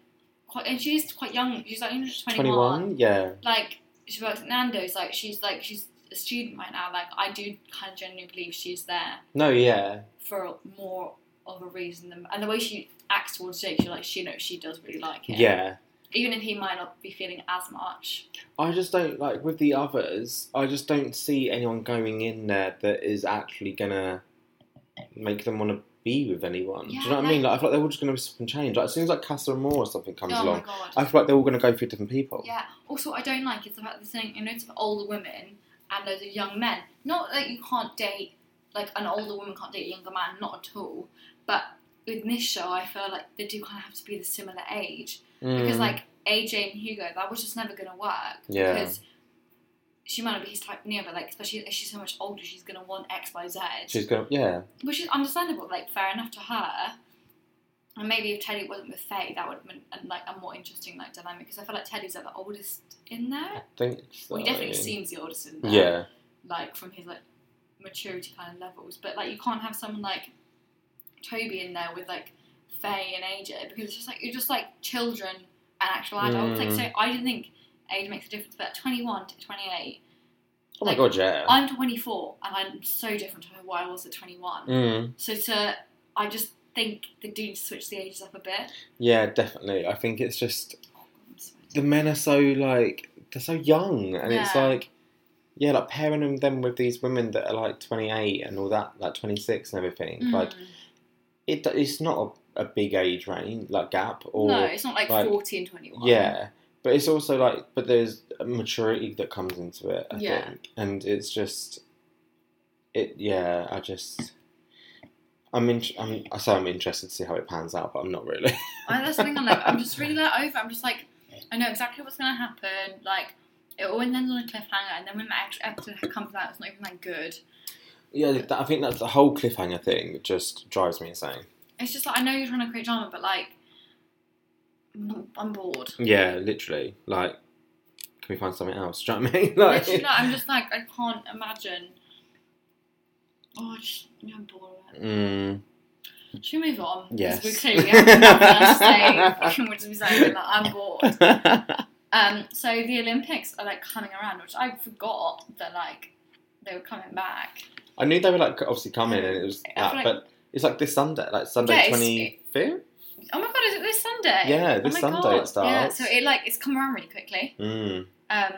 Speaker 3: quite, and she's quite young. She's like only just 21.
Speaker 2: Twenty-one. Yeah.
Speaker 3: Like she works at Nando's. Like she's like she's a student right now. Like I do kind of genuinely believe she's there
Speaker 2: No. Yeah.
Speaker 3: for more of a reason than and the way she acts towards Jake, you're like she knows she does really like
Speaker 2: yeah.
Speaker 3: him. Even if he might not be feeling as much.
Speaker 2: I just don't like with the others. I just don't see anyone going in there that is actually gonna make them want to be with anyone. Do
Speaker 3: Yeah,
Speaker 2: you know what I
Speaker 3: like-
Speaker 2: mean? Like, I feel like they're all just gonna be swap and change. Like, as soon as like Casa Amor or something comes
Speaker 3: oh my
Speaker 2: along,
Speaker 3: god.
Speaker 2: I feel like they're all gonna go for different people.
Speaker 3: Yeah. Also, what I don't like is the fact they're saying you know it's for older women and loads of young men. Not that you can't date like an older woman can't date a younger man, not at all. But with this show, I feel like they do kind of have to be the similar age
Speaker 2: Mm.
Speaker 3: because like AJ and Hugo, that was just never gonna work.
Speaker 2: Yeah.
Speaker 3: Because she might not be his type now, but like especially if she's so much older, she's gonna want X, Y, Z
Speaker 2: she's gonna. Yeah.
Speaker 3: which is understandable, like fair enough to her. And maybe if Teddy wasn't with Faye, that would have been a, like a more interesting like dynamic because I feel like Teddy's like the oldest in
Speaker 2: I
Speaker 3: there.
Speaker 2: think. So.
Speaker 3: Well, he definitely seems the oldest in there.
Speaker 2: Yeah.
Speaker 3: Like from his like maturity kind of levels, but like you can't have someone like Toby in there with like Faye and AJ because it's just like you're just like children and actual adults. Like
Speaker 2: Mm.
Speaker 3: so, I didn't think age makes a difference, but 21 to 28,
Speaker 2: Oh my
Speaker 3: like,
Speaker 2: god. Yeah.
Speaker 3: I'm 24 and I'm so different to what I was at 21.
Speaker 2: Mm.
Speaker 3: So to, I just think they do switch the ages up a bit.
Speaker 2: Yeah, definitely. I think it's just
Speaker 3: I'm sorry.
Speaker 2: the men are so like they're so young, and it's
Speaker 3: Yeah.
Speaker 2: like yeah, like pairing them then with these women that are like twenty eight and all that, like twenty six and everything. Like
Speaker 3: Mm.
Speaker 2: it, it's not a, a big age range like gap or
Speaker 3: no, it's not like,
Speaker 2: like-
Speaker 3: 40 and 21.
Speaker 2: yeah, but it's also like but there's a maturity that comes into it. I
Speaker 3: Yeah.
Speaker 2: think, and it's just it. Yeah, I just. I'm, in, I'm I say I'm interested to see how it pans out, but I'm not really.
Speaker 3: I, that's the thing I'm like, I'm just really like over. I'm just like, I know exactly what's going to happen. Like, it always ends on a cliffhanger, and then when the actual episode comes out, it's not even that good.
Speaker 2: Yeah, that, I think that's the whole cliffhanger thing that just drives me insane.
Speaker 3: It's just like, I know you're trying to create drama, but like, I'm- I'm bored.
Speaker 2: Yeah, literally. Like, can we find something else? Do you know what I mean?
Speaker 3: Literally,
Speaker 2: Like,
Speaker 3: like, I'm just like, I can't imagine. Oh, I just, yeah, I'm bored. of it.
Speaker 2: mm,
Speaker 3: Should we move on?
Speaker 2: Yes.
Speaker 3: Because we clearly have nothing else to say. We're just saying, like, I'm bored.
Speaker 2: mm.
Speaker 3: Um, so the Olympics are like coming around, which I forgot that like they were coming back.
Speaker 2: I knew they were like obviously coming, and it was
Speaker 3: I
Speaker 2: that,
Speaker 3: feel like-
Speaker 2: but it's like this Sunday, like
Speaker 3: Yeah,
Speaker 2: Sunday
Speaker 3: it's-
Speaker 2: twenty fifth.
Speaker 3: Oh my god, is it this Sunday?
Speaker 2: Yeah, this
Speaker 3: oh my
Speaker 2: Sunday
Speaker 3: god.
Speaker 2: it starts.
Speaker 3: Yeah, so it like it's come around really quickly.
Speaker 2: Mm.
Speaker 3: Um,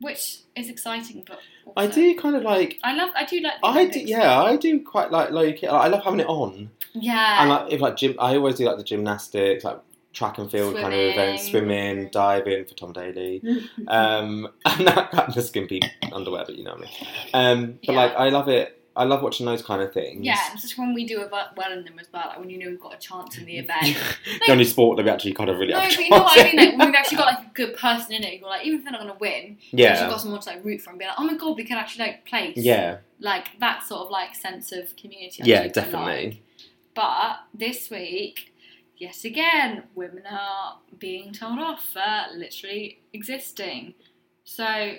Speaker 3: which is exciting, but also,
Speaker 2: I do kind of like.
Speaker 3: I love. I do like. The
Speaker 2: I do,
Speaker 3: Olympics.
Speaker 2: yeah, I do quite like like it. I love having it on.
Speaker 3: Yeah.
Speaker 2: And like if like gym, I always do like the gymnastics, like track and field kind of events,
Speaker 3: Swimming.
Speaker 2: swimming, diving for Tom Daly. uh, um, and that, that just can be underwear, but you know what I mean. Um, but
Speaker 3: Yeah.
Speaker 2: like, I love it. I love watching those kind of things.
Speaker 3: Yeah, and it's just when we do a bu- well in them as well, like when you know we've got a chance in the event.
Speaker 2: the only sport that we actually kind of really
Speaker 3: no,
Speaker 2: have a
Speaker 3: but you know what I
Speaker 2: chance
Speaker 3: mean?
Speaker 2: in.
Speaker 3: Like when we've actually got like a good person in it, you're like, even if they're not gonna win, you've actually
Speaker 2: yeah,
Speaker 3: got someone to like root for and be like, Oh my god, we can actually like place.
Speaker 2: yeah,
Speaker 3: Like that sort of like sense of community. I
Speaker 2: yeah,
Speaker 3: think I like.
Speaker 2: definitely.
Speaker 3: But this week, yes, again, women are being told off for literally existing. So,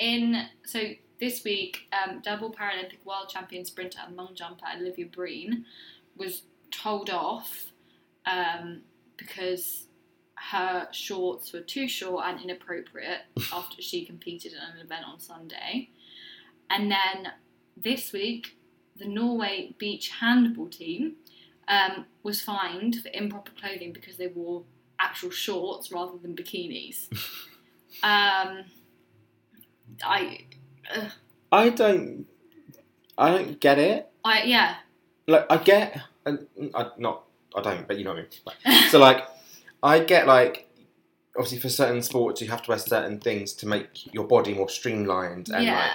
Speaker 3: in so this week, um, double Paralympic world champion sprinter and long jumper Olivia Breen was told off um, because her shorts were too short and inappropriate after she competed in an event on Sunday. And then this week, the Norway beach handball team um, was fined for improper clothing because they wore actual shorts rather than bikinis. um, I,
Speaker 2: I don't, I don't get it.
Speaker 3: I yeah,
Speaker 2: Like, I get, and mm, I not, I don't, but you know what I mean. Like, so, like, I get like, obviously, for certain sports, you have to wear certain things to make your body more streamlined and like
Speaker 3: yeah,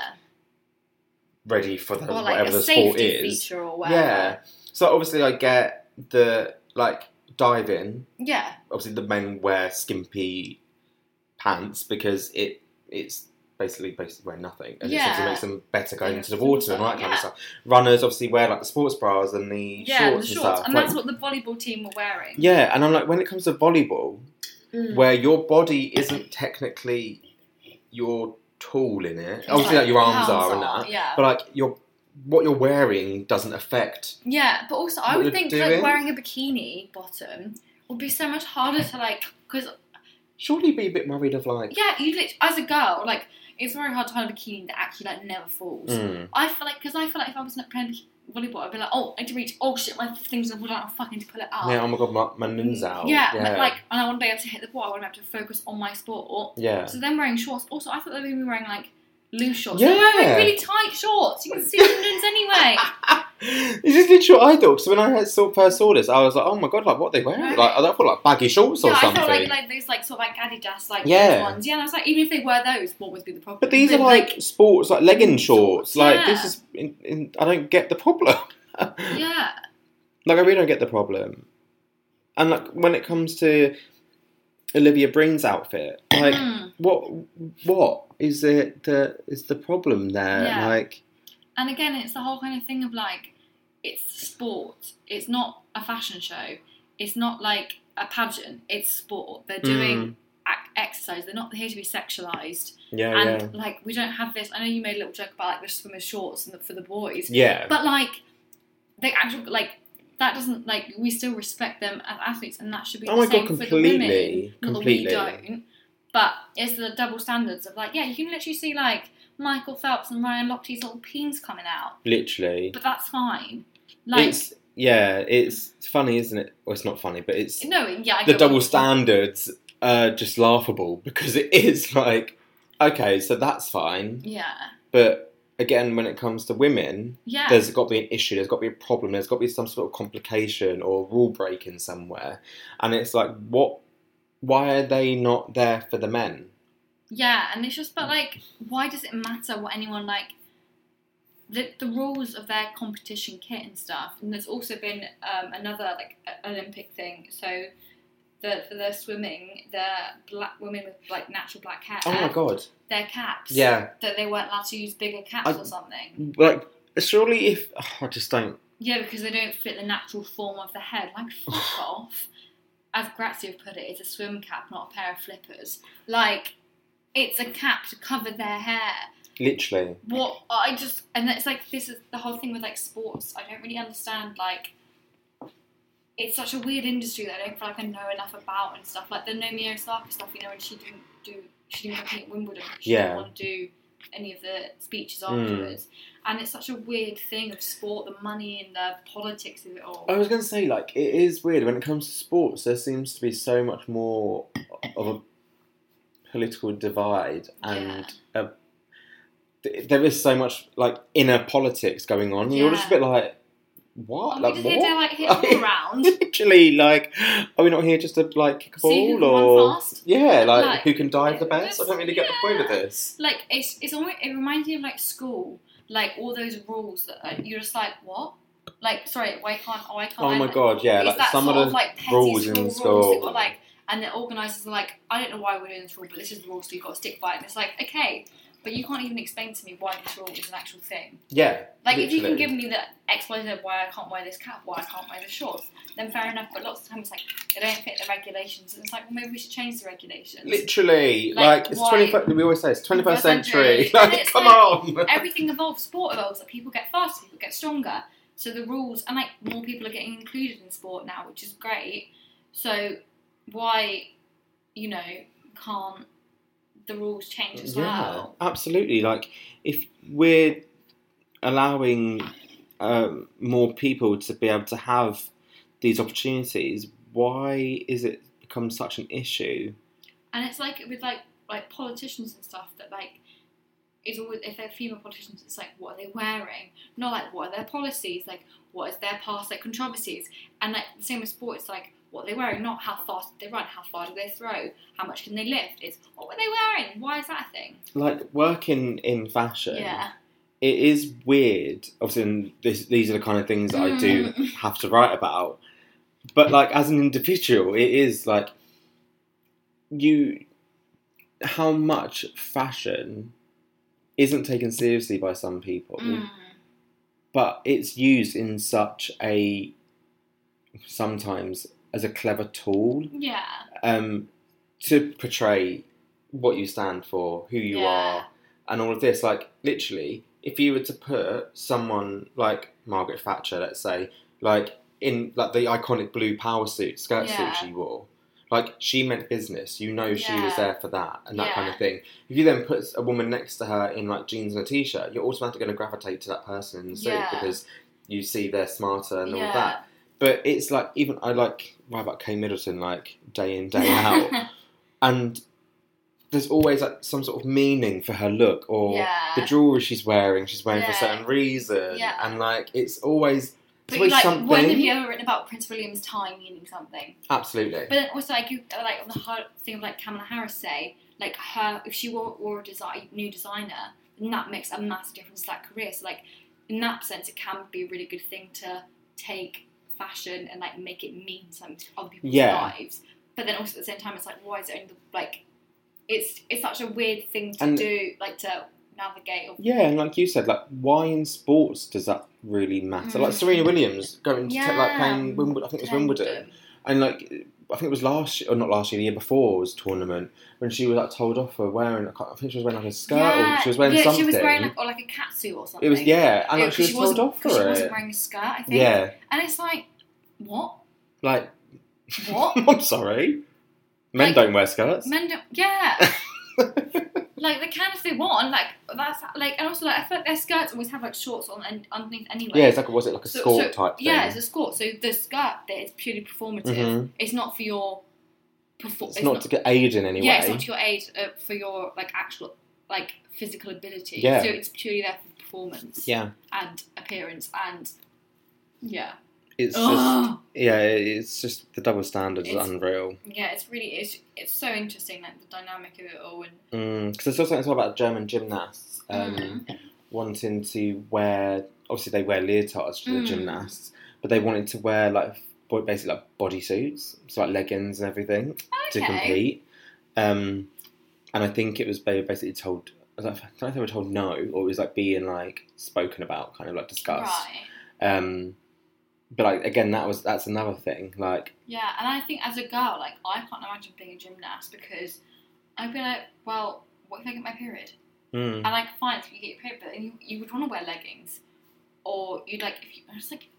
Speaker 2: ready for the,
Speaker 3: or like
Speaker 2: whatever
Speaker 3: a
Speaker 2: the sport
Speaker 3: safety
Speaker 2: is.
Speaker 3: feature or whatever.
Speaker 2: Yeah. So obviously, I get the like diving.
Speaker 3: yeah,
Speaker 2: Obviously, the men wear skimpy pants because it it's basically basically wearing nothing, and it
Speaker 3: Yeah.
Speaker 2: obviously makes them better going
Speaker 3: Yeah,
Speaker 2: into the water and all that kind
Speaker 3: yeah.
Speaker 2: of stuff. Runners obviously wear like the sports bras and the
Speaker 3: yeah,
Speaker 2: shorts
Speaker 3: the
Speaker 2: and
Speaker 3: shorts,
Speaker 2: stuff.
Speaker 3: and
Speaker 2: like-
Speaker 3: that's what the volleyball team were wearing.
Speaker 2: yeah, and I'm like, when it comes to volleyball,
Speaker 3: Mm.
Speaker 2: where your body isn't technically your tool in it,
Speaker 3: It's
Speaker 2: obviously, like, your arms, are and that,
Speaker 3: Yeah,
Speaker 2: but like your what you're wearing doesn't affect
Speaker 3: Yeah, but also I
Speaker 2: What
Speaker 3: would
Speaker 2: you're
Speaker 3: think
Speaker 2: doing?
Speaker 3: like wearing a bikini bottom would be so much harder to like because
Speaker 2: surely be a bit worried of like
Speaker 3: yeah, you lit- as a girl like it's very hard to find a bikini that actually like never falls.
Speaker 2: Mm.
Speaker 3: I feel like because I feel like if I was not playing bik- volleyball, I'd be like, oh, I need to reach. Oh shit, my things are falling out. I fucking need to pull it up.
Speaker 2: Yeah, oh my god, my, my noon's out.
Speaker 3: Yeah,
Speaker 2: yeah.
Speaker 3: like and I want to be able to hit the ball. I want to be able to focus on my sport.
Speaker 2: yeah.
Speaker 3: So then wearing shorts. Also, I thought they would be wearing like loose shorts.
Speaker 2: Yeah.
Speaker 3: They're wearing really tight shorts. You can see the nuns anyway.
Speaker 2: this is literally what I thought. So when I had, saw, first saw this, I was like, oh my god, like what are they wearing?
Speaker 3: Right.
Speaker 2: Like, I thought like baggy shorts or
Speaker 3: yeah, I
Speaker 2: something.
Speaker 3: felt like like those like sort of like Adidas like
Speaker 2: Yeah.
Speaker 3: those ones. Yeah, and I was like, even if they were those, what would be the problem?
Speaker 2: but these are like, sports, like legging shorts. Like this
Speaker 3: Yeah.
Speaker 2: is, in, in, I don't get the problem.
Speaker 3: like, yeah,
Speaker 2: Like I really don't get the problem. And like when it comes to Olivia Breen's outfit, like
Speaker 3: Mm.
Speaker 2: what what is it that is the problem there?
Speaker 3: Yeah.
Speaker 2: Like
Speaker 3: and again, it's the whole kind of thing of like, it's sport. It's not a fashion show. It's not like a pageant. It's sport.
Speaker 2: Hmm.
Speaker 3: They're doing ac- exercise. They're not here to be sexualized.
Speaker 2: yeah,
Speaker 3: and like, we don't have this. I know you made a little joke about like the swimmer shorts and the, for the boys.
Speaker 2: yeah, yeah,
Speaker 3: But like, the actual like that doesn't like we still respect them as athletes, and that should be
Speaker 2: Oh
Speaker 3: the
Speaker 2: my
Speaker 3: same
Speaker 2: God,
Speaker 3: for the women.
Speaker 2: completely,
Speaker 3: Not
Speaker 2: completely.
Speaker 3: that we don't. But it's the double standards of like, yeah, you can literally see like Michael Phelps and Ryan Lochte's little peens coming out,
Speaker 2: literally.
Speaker 3: but that's fine. Like,
Speaker 2: it's yeah, it's funny, isn't it? Well, it's not funny, but it's
Speaker 3: no, yeah, I
Speaker 2: the
Speaker 3: get
Speaker 2: double
Speaker 3: what-
Speaker 2: standards are just laughable because it is like okay, so that's fine,
Speaker 3: Yeah,
Speaker 2: but again, when it comes to women,
Speaker 3: yeah,
Speaker 2: there's got to be an issue, there's got to be a problem, there's got to be some sort of complication or rule breaking somewhere, and it's like what? Why are they not there for the men?
Speaker 3: yeah, and it's just, but like, why does it matter what anyone like? the, the rules of their competition kit and stuff. And there's also been um, another like o- Olympic thing. So the, for the swimming, the black women with like natural black hair,
Speaker 2: Oh my god!
Speaker 3: their caps.
Speaker 2: Yeah,
Speaker 3: That they weren't allowed to use bigger caps
Speaker 2: I-
Speaker 3: or something.
Speaker 2: like surely if oh, I just don't.
Speaker 3: Yeah, because they don't fit the natural form of the head. Like fuck off. As Grazia put it, it's a swim cap, not a pair of flippers. Like, it's a cap to cover their hair.
Speaker 2: Literally,
Speaker 3: What I just and it's like this is the whole thing with like sports. I don't really understand like it's such a weird industry that I don't feel like I know enough about and stuff. Like the Naomi Osaka stuff, you know, and she didn't do she didn't compete at Wimbledon. She
Speaker 2: Yeah. Hmm.
Speaker 3: didn't want to do any of the speeches afterwards. And it's such a weird thing of sport, the money and the politics of it all.
Speaker 2: I was going to say, like, it is weird when it comes to sports. There seems to be so much more of a political divide, and a, th- there is so much like inner politics going on. You're just a
Speaker 3: Yeah.
Speaker 2: bit like, what?
Speaker 3: Are we
Speaker 2: like
Speaker 3: just here to
Speaker 2: what?
Speaker 3: like hit all around?
Speaker 2: Literally, like, are we not here just to like kick a ball
Speaker 3: See who can run
Speaker 2: or
Speaker 3: fast?
Speaker 2: yeah, like,
Speaker 3: Like,
Speaker 2: who can dive the
Speaker 3: yeah,
Speaker 2: best? I don't really get the point of
Speaker 3: yeah.
Speaker 2: this.
Speaker 3: like it's it's almost it reminds me of like school like all those rules that are, you're just like what? Like sorry, why can't oh I can't?
Speaker 2: Oh
Speaker 3: I
Speaker 2: my
Speaker 3: like-
Speaker 2: god, yeah,
Speaker 3: It's
Speaker 2: like
Speaker 3: that
Speaker 2: some
Speaker 3: sort
Speaker 2: of
Speaker 3: of
Speaker 2: the
Speaker 3: like petty
Speaker 2: rules
Speaker 3: school
Speaker 2: in
Speaker 3: rules
Speaker 2: school.
Speaker 3: that were like, and the organisers are like, I don't know why we're doing this rule, but this is the rule, so you've got to stick by it. And it's like, okay, but you can't even explain to me why this rule is an actual thing.
Speaker 2: yeah,
Speaker 3: Like, if you can
Speaker 2: Literally.
Speaker 3: give me the explanation of why I can't wear this cap, why I can't wear the shorts, then fair enough. But lots of times, like, they don't fit the regulations, and it's like, well, maybe we should change the regulations.
Speaker 2: literally,
Speaker 3: Like,
Speaker 2: like, it's
Speaker 3: why-
Speaker 2: twenty. We always say it's twenty first
Speaker 3: 21st century.
Speaker 2: century. Like,
Speaker 3: And it's
Speaker 2: come
Speaker 3: like-
Speaker 2: on.
Speaker 3: Everything evolves, sport evolves, like, people get faster, people get stronger. So the rules, and like, more people are getting included in sport now, which is great. So why, you know, can't the rules change as well?
Speaker 2: absolutely. Like if we're allowing um, more people to be able to have these opportunities, why is it become such an issue?
Speaker 3: and it's like with like like politicians and stuff that like it's always if they're female politicians it's like what are they wearing not like what are their policies like what is their past like controversies and like the same with sport it's like what they're wearing not how fast they run how far do they throw how much can they lift it's what were they wearing why is that a thing
Speaker 2: Like working in fashion,
Speaker 3: yeah
Speaker 2: it is weird. Obviously, and this, these are the kind of things that I do have to write about. But like as an individual, it is like you how much fashion isn't taken seriously by some people,
Speaker 3: Mm.
Speaker 2: but it's used in such a sometimes as a clever tool
Speaker 3: yeah
Speaker 2: um, to portray what you stand for, who you
Speaker 3: Yeah.
Speaker 2: are, and all of this. Like, literally, if you were to put someone like Margaret Thatcher, let's say, like in like the iconic blue power suit, skirt
Speaker 3: Yeah.
Speaker 2: suit she wore, like she meant business. You know, she was
Speaker 3: Yeah.
Speaker 2: there for that and that kind
Speaker 3: Yeah.
Speaker 2: of thing. If you then put a woman next to her in like jeans and a t-shirt, you're automatically going to gravitate to that person in the suit
Speaker 3: Yeah.
Speaker 2: because you see they're smarter and all
Speaker 3: yeah.
Speaker 2: that. But it's like even I like write about Kay Middleton like day in day out, and there's always like some sort of meaning for her look or
Speaker 3: yeah
Speaker 2: the jewelry she's wearing. She's wearing for a
Speaker 3: Yeah.
Speaker 2: certain reason,
Speaker 3: Yeah.
Speaker 2: and like it's always it's
Speaker 3: but
Speaker 2: always
Speaker 3: like
Speaker 2: something.
Speaker 3: when have you ever written about Prince William's tie meaning something
Speaker 2: Absolutely,
Speaker 3: But then also, like, you, like on the hard thing of like Kamala Harris say, like her if she wore, wore a design, new designer, then that makes a massive difference to that career. So like in that sense, it can be a really good thing to take fashion and like make it mean something to other people's
Speaker 2: Yeah.
Speaker 3: lives. But then also at the same time, it's like why is it only the, like it's it's such a weird thing to
Speaker 2: And-
Speaker 3: do, like to navigate. Or,
Speaker 2: yeah, and like you said, like why in sports does that really matter? Like
Speaker 3: Mm.
Speaker 2: Serena Williams going to te- like
Speaker 3: Yeah.
Speaker 2: playing Wimbledon, I think it was Wimbledon,
Speaker 3: Wimbledon.
Speaker 2: and like I think it was last year, or not last year, the year before was tournament when she was like told off for wearing. I can't- I think she was wearing like a skirt
Speaker 3: yeah.
Speaker 2: or she was wearing
Speaker 3: yeah,
Speaker 2: something.
Speaker 3: she was wearing like, or like a catsuit or something.
Speaker 2: It was yeah, and
Speaker 3: Yeah,
Speaker 2: like, she was
Speaker 3: 'cause
Speaker 2: told
Speaker 3: wasn't-
Speaker 2: off
Speaker 3: 'cause she
Speaker 2: for
Speaker 3: wasn't
Speaker 2: it.
Speaker 3: wearing a skirt, I think.
Speaker 2: Yeah,
Speaker 3: And it's like, what?
Speaker 2: like
Speaker 3: What?
Speaker 2: I'm sorry, men
Speaker 3: Like-
Speaker 2: don't wear skirts.
Speaker 3: Men don't. Yeah. like they can if they want. Like that's like, and also like I feel like their skirts always have like shorts on and underneath anyway.
Speaker 2: yeah, it's like was it like a
Speaker 3: So-
Speaker 2: skort
Speaker 3: so-
Speaker 2: type thing?
Speaker 3: Yeah, it's a skirt. So the skirt that is purely performative.
Speaker 2: Mhm.
Speaker 3: It's not for your perform.
Speaker 2: It's not, to get aid in any
Speaker 3: Yeah,
Speaker 2: way.
Speaker 3: it's not to your age uh, for your like actual like physical ability.
Speaker 2: Yeah.
Speaker 3: So it's purely there for performance.
Speaker 2: Yeah.
Speaker 3: And appearance and yeah.
Speaker 2: It's just
Speaker 3: Ugh.
Speaker 2: yeah, it's just the double standard is
Speaker 3: It's-
Speaker 2: unreal.
Speaker 3: Yeah, it's really it's it's so interesting like the dynamic of it all and
Speaker 2: Because Mm, there's also something about German gymnasts um,
Speaker 3: Mm.
Speaker 2: wanting to wear. Obviously, they wear leotards to the
Speaker 3: Mm.
Speaker 2: gymnasts, but they wanted to wear like bo- basically like bodysuits, so like leggings and everything. to
Speaker 3: okay.
Speaker 2: compete. Um, and I think it was ba- basically told. I don't know if they were told no, or it was like being like spoken about, kind of like discussed.
Speaker 3: Right.
Speaker 2: Um, but like again, that was that's another thing. Like
Speaker 3: Yeah, and I think as a girl, like I can't imagine being a gymnast because I'd be like, well, what if I get my period?
Speaker 2: mm,
Speaker 3: And like, fine, if you get your period, but then you, you would want to wear leggings, or you'd like if you. I was like,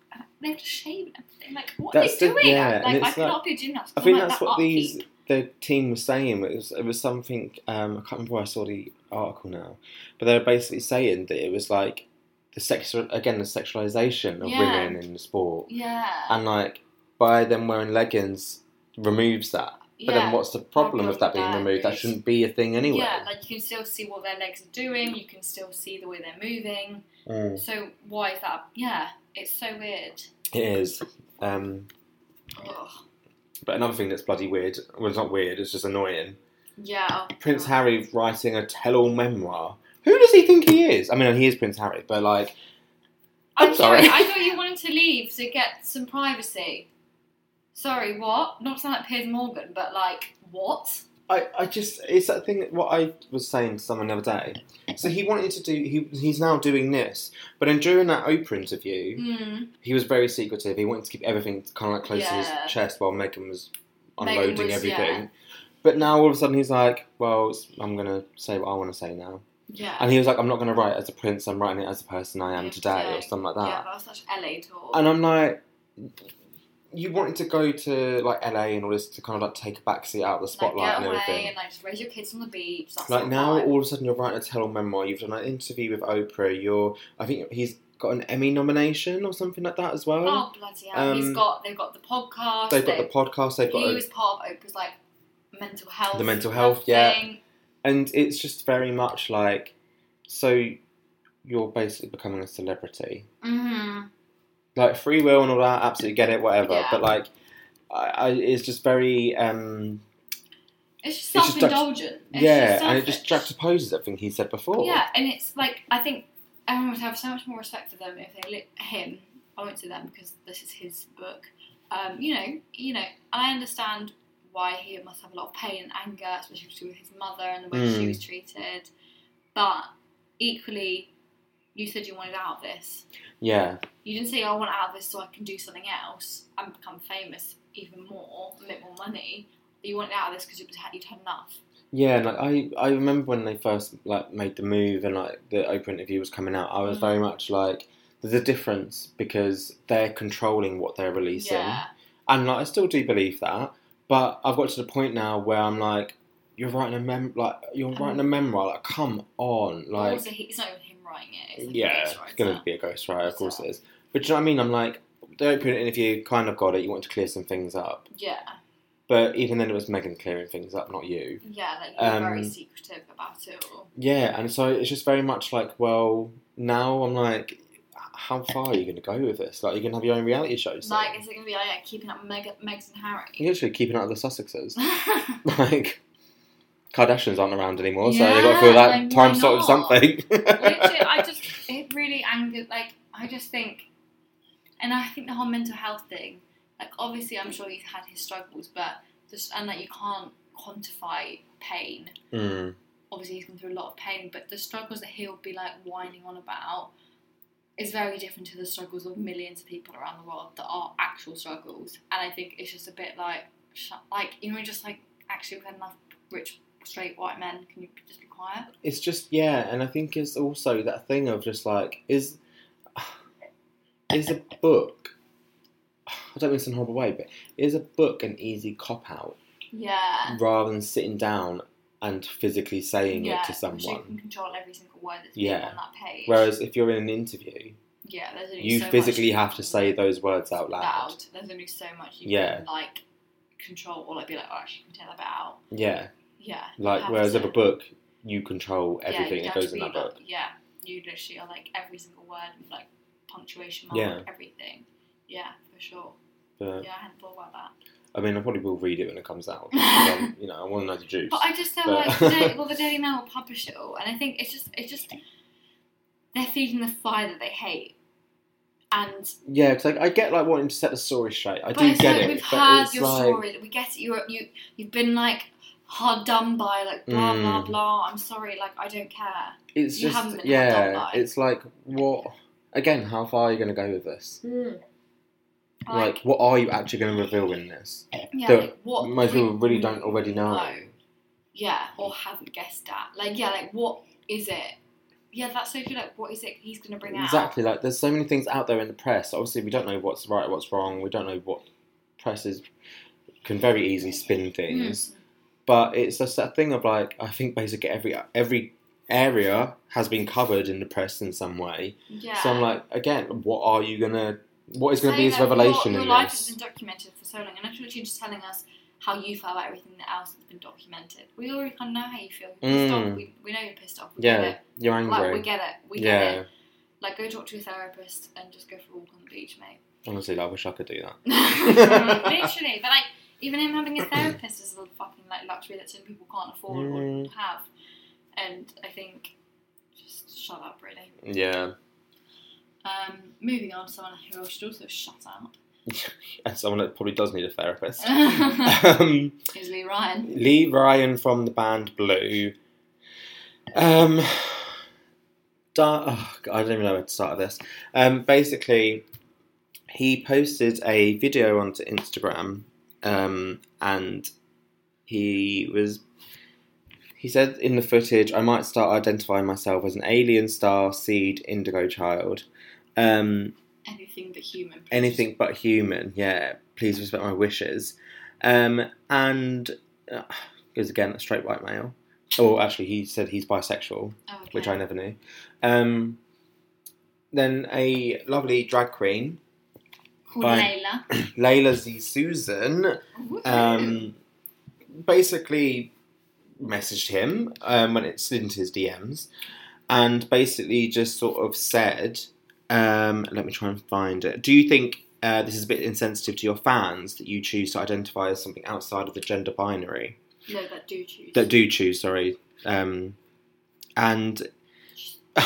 Speaker 3: they have to shave and everything. Like, what
Speaker 2: That's
Speaker 3: are
Speaker 2: the-
Speaker 3: they doing?
Speaker 2: yeah, and
Speaker 3: like, I
Speaker 2: it's
Speaker 3: could
Speaker 2: like-
Speaker 3: not be a gymnast.
Speaker 2: I
Speaker 3: I'm
Speaker 2: think
Speaker 3: like,
Speaker 2: that's
Speaker 3: that
Speaker 2: what these
Speaker 3: upkeep.
Speaker 2: the team was saying. It was it was something. Um, I can't remember where I saw the article now, but they were basically saying that it was like the sexual again the sexualization of
Speaker 3: Yeah.
Speaker 2: women in the sport,
Speaker 3: Yeah.
Speaker 2: and like by them wearing leggings removes that. But
Speaker 3: yeah.
Speaker 2: then what's the problem with that
Speaker 3: problem
Speaker 2: being
Speaker 3: with
Speaker 2: removed?
Speaker 3: that
Speaker 2: That
Speaker 3: is-
Speaker 2: shouldn't be a thing anyway.
Speaker 3: Yeah, like you can still see what their legs are doing. You can still see the way they're moving.
Speaker 2: Mm,
Speaker 3: So why is that? Yeah, it's so weird.
Speaker 2: it is. Um,
Speaker 3: Ugh.
Speaker 2: but another thing that's bloody weird, well, it's not weird, it's just annoying.
Speaker 3: Yeah.
Speaker 2: Prince Harry writing a tell all memoir Who does he think he is? I mean, he is Prince Harry, but like,
Speaker 3: I'm
Speaker 2: I'm sorry.
Speaker 3: sorry. I thought you wanted to leave to get some privacy. Sorry, what? Not to sound like Piers Morgan, but like what?
Speaker 2: I, I just it's that thing that- what I was saying to someone the other day. So he wanted to do he, he's now doing this, but then during that Oprah interview,
Speaker 3: Mm.
Speaker 2: he was very secretive. He wanted to keep everything kind of like close to
Speaker 3: Yeah.
Speaker 2: his chest while Megan was
Speaker 3: Meghan
Speaker 2: unloading
Speaker 3: was-
Speaker 2: everything.
Speaker 3: yeah.
Speaker 2: But now all of a sudden he's like, well, it's, I'm gonna say what I want to say now,
Speaker 3: Yeah.
Speaker 2: and he was like, I'm not gonna write as a prince. I'm writing it as a person I am
Speaker 3: Yeah,
Speaker 2: today,
Speaker 3: today.
Speaker 2: or something like that.
Speaker 3: yeah, that was such LA talk.
Speaker 2: And I'm like, you wanted to go to like LA in order to kind of like take a backseat out of the
Speaker 3: like,
Speaker 2: spotlight
Speaker 3: get
Speaker 2: and
Speaker 3: away
Speaker 2: everything.
Speaker 3: and like just raise your kids on the beach. That's
Speaker 2: Like
Speaker 3: not
Speaker 2: now,
Speaker 3: fine.
Speaker 2: all of a sudden, you're writing a tell-all memoir. You've done an interview with Oprah. You're, I think he's got an Emmy nomination or something like that as well.
Speaker 3: Oh bloody hell! He's
Speaker 2: Um,
Speaker 3: got they've got the podcast.
Speaker 2: they've got the
Speaker 3: they've-
Speaker 2: podcast. They've got,
Speaker 3: He
Speaker 2: a,
Speaker 3: was part of Oprah's like mental health.
Speaker 2: The mental health, yeah.
Speaker 3: thing.
Speaker 2: and it's just very much like, so you're basically becoming a celebrity.
Speaker 3: Mhm.
Speaker 2: Like free will and all that, absolutely get it, whatever.
Speaker 3: Yeah.
Speaker 2: But like, I, I, it's just very, um,
Speaker 3: It's just
Speaker 2: It's just
Speaker 3: self indulgent.
Speaker 2: yeah, and it just juxtaposes everything he said before.
Speaker 3: Yeah, and it's like I think everyone would have so much more respect for them if they lit him. I won't say them because this is his book. Um, you know, you know, I understand why he must have a lot of pain and anger, especially with his mother and the way she
Speaker 2: Mm.
Speaker 3: was treated. But equally, you said you wanted out of this.
Speaker 2: yeah.
Speaker 3: You didn't say "Oh, I want out of this so I can do something else and become famous even more, and make more money. You wanted out of this because you'd had enough.
Speaker 2: Yeah, and, like I, I remember when they first like made the move and like the open interview was coming out, I was
Speaker 3: Mhm.
Speaker 2: very much like there's a difference because they're controlling what they're releasing.
Speaker 3: Yeah.
Speaker 2: And like I still do believe that, but I've got to the point now where I'm like, You're writing a mem like
Speaker 3: Mm.
Speaker 2: you're writing a memoir, like come on.
Speaker 3: But
Speaker 2: Like
Speaker 3: also, he, it's not even him writing it. It's like
Speaker 2: Yeah,
Speaker 3: a
Speaker 2: it's
Speaker 3: ghostwriter.
Speaker 2: gonna be a ghostwriter, of course it is. But do you know what I mean? I'm like the open interview kind of got it, you want to clear some things up.
Speaker 3: Yeah,
Speaker 2: But even then it was Megan clearing things up, not you.
Speaker 3: yeah, like you're very
Speaker 2: Um,
Speaker 3: secretive about it all.
Speaker 2: Yeah, and so it's just very much like, well, now I'm like, how far are you going to go with this? Like, you're going to have your own reality show. soon.
Speaker 3: Like, is it gonna be like, like, keeping up with Meg, Megs and Harry?
Speaker 2: literally keeping up with the Sussexes.
Speaker 3: yeah,
Speaker 2: like, Kardashians aren't around anymore, so they've got to
Speaker 3: Yeah,
Speaker 2: fill that
Speaker 3: like,
Speaker 2: time
Speaker 3: why
Speaker 2: slot with
Speaker 3: not?
Speaker 2: something.
Speaker 3: literally, I just it really angered. Like, I just think, and I think the whole mental health thing. Like, obviously, I'm sure he's had his struggles, but just and like you can't quantify pain.
Speaker 2: Mm,
Speaker 3: Obviously, he's gone through a lot of pain, but the struggles that he'll be like whining on about is very different to the struggles of millions of people around the world that are actual struggles. And I think it's just a bit like, sh- like you know, just like actually we've had enough rich straight white men. Can you just be quiet?
Speaker 2: It's just, yeah, and I think it's also that thing of just like, is is a book, I don't mean this in a horrible way, but is a book an easy cop out
Speaker 3: Yeah.
Speaker 2: rather than sitting down and physically saying
Speaker 3: yeah.
Speaker 2: it to
Speaker 3: so you
Speaker 2: someone?
Speaker 3: can control every single word that's
Speaker 2: Yeah.
Speaker 3: being on that page.
Speaker 2: Whereas if you're in an interview,
Speaker 3: yeah, there's only
Speaker 2: you
Speaker 3: so
Speaker 2: physically
Speaker 3: much
Speaker 2: have to say those words out loud.
Speaker 3: There's only so much you
Speaker 2: Yeah.
Speaker 3: can like control or like be like, oh, actually, you can take that bit out.
Speaker 2: Yeah,
Speaker 3: Yeah. you
Speaker 2: like
Speaker 3: have
Speaker 2: whereas
Speaker 3: to.
Speaker 2: of a book, you control everything
Speaker 3: yeah, you
Speaker 2: that
Speaker 3: don't
Speaker 2: goes in
Speaker 3: have
Speaker 2: that
Speaker 3: to
Speaker 2: book.
Speaker 3: read, like, Yeah, you literally are like every single word, and, like punctuation mark,
Speaker 2: Yeah.
Speaker 3: everything. Yeah, for sure.
Speaker 2: But,
Speaker 3: Yeah, I hadn't thought about that.
Speaker 2: I mean, I probably will read it when it comes out. 'cause, um, you know, I want to know the juice.
Speaker 3: But I just feel
Speaker 2: But-
Speaker 3: like the Daily, well, the Daily Mail will publish it all, and I think it's just it's just they're feeding the fire that they hate, and
Speaker 2: yeah, because I, I get like wanting to set the story straight. I
Speaker 3: but
Speaker 2: do
Speaker 3: it's
Speaker 2: get
Speaker 3: like
Speaker 2: it,
Speaker 3: we've
Speaker 2: but
Speaker 3: heard
Speaker 2: it's
Speaker 3: your
Speaker 2: like
Speaker 3: story, we get it. You're, you you've been like hard done by, like blah blah
Speaker 2: Mm.
Speaker 3: blah. I'm sorry, like I don't care.
Speaker 2: it's
Speaker 3: you
Speaker 2: just
Speaker 3: haven't been held
Speaker 2: yeah,
Speaker 3: up by.
Speaker 2: it's like what again? How far are you going to go with this?
Speaker 3: Mm,
Speaker 2: Like, what are you actually going to reveal in this?
Speaker 3: yeah,
Speaker 2: the-
Speaker 3: like, what
Speaker 2: Most
Speaker 3: do we
Speaker 2: people really don't already know.
Speaker 3: know. Oh, yeah, or haven't guessed at. Like, yeah, like what is it? Yeah, that's so true. Like, what is it he's going to bring out?
Speaker 2: Exactly. Like there's so many things out there in the press. Obviously, we don't know what's right, what's wrong. We don't know what presses can very easily spin
Speaker 3: Hmm.
Speaker 2: things. But it's just that thing of like I think basically every every area has been covered in the press in some way.
Speaker 3: Yeah.
Speaker 2: So I'm like, again, what are you gonna? What is gonna be
Speaker 3: Saying
Speaker 2: his
Speaker 3: that
Speaker 2: revelation
Speaker 3: Your, your
Speaker 2: in
Speaker 3: life
Speaker 2: this?
Speaker 3: has been documented for so long, and actually, you're just telling us how you feel about everything that else has been documented. We already kind of know how you feel. You're pissed
Speaker 2: Mm.
Speaker 3: off. We, we know you're pissed off. We
Speaker 2: yeah,
Speaker 3: Get
Speaker 2: you're
Speaker 3: it.
Speaker 2: angry.
Speaker 3: Like, we get it. We
Speaker 2: yeah,
Speaker 3: get it. Like, go talk to a therapist and just go for a walk on the beach, mate.
Speaker 2: honestly, like, I wish I could do that.
Speaker 3: Literally, but like even him having a therapist is a fucking like luxury that some people can't afford
Speaker 2: Mm.
Speaker 3: or have, and I think just shut up, really.
Speaker 2: Yeah.
Speaker 3: Um, moving on to someone who I should also shut up
Speaker 2: And someone that probably does need a therapist. um,
Speaker 3: is Lee Ryan.
Speaker 2: Lee Ryan from the band Blue. Um, da- oh, God, I don't even know where to start with this. Um, basically, he posted a video onto Instagram, um, and he was. He said in the footage, "I might start identifying myself as an alien star seed indigo child." Um,
Speaker 3: Anything but human. please.
Speaker 2: anything but human. Yeah, please respect my wishes. Um, and uh, it was again a straight white male. Or actually, he said he's bisexual,
Speaker 3: Oh, okay.
Speaker 2: which I never knew. Um, then a lovely drag queen,
Speaker 3: Called
Speaker 2: Fine.
Speaker 3: Layla.
Speaker 2: Layla Z. Susan, um, basically messaged him um, when it slid into his DMs, and basically just sort of said, um, "Let me try and find it. Do you think uh, this is a bit insensitive to your fans that you choose to identify as something outside of the gender binary
Speaker 3: no, that do choose.
Speaker 2: that do choose? Sorry, um, and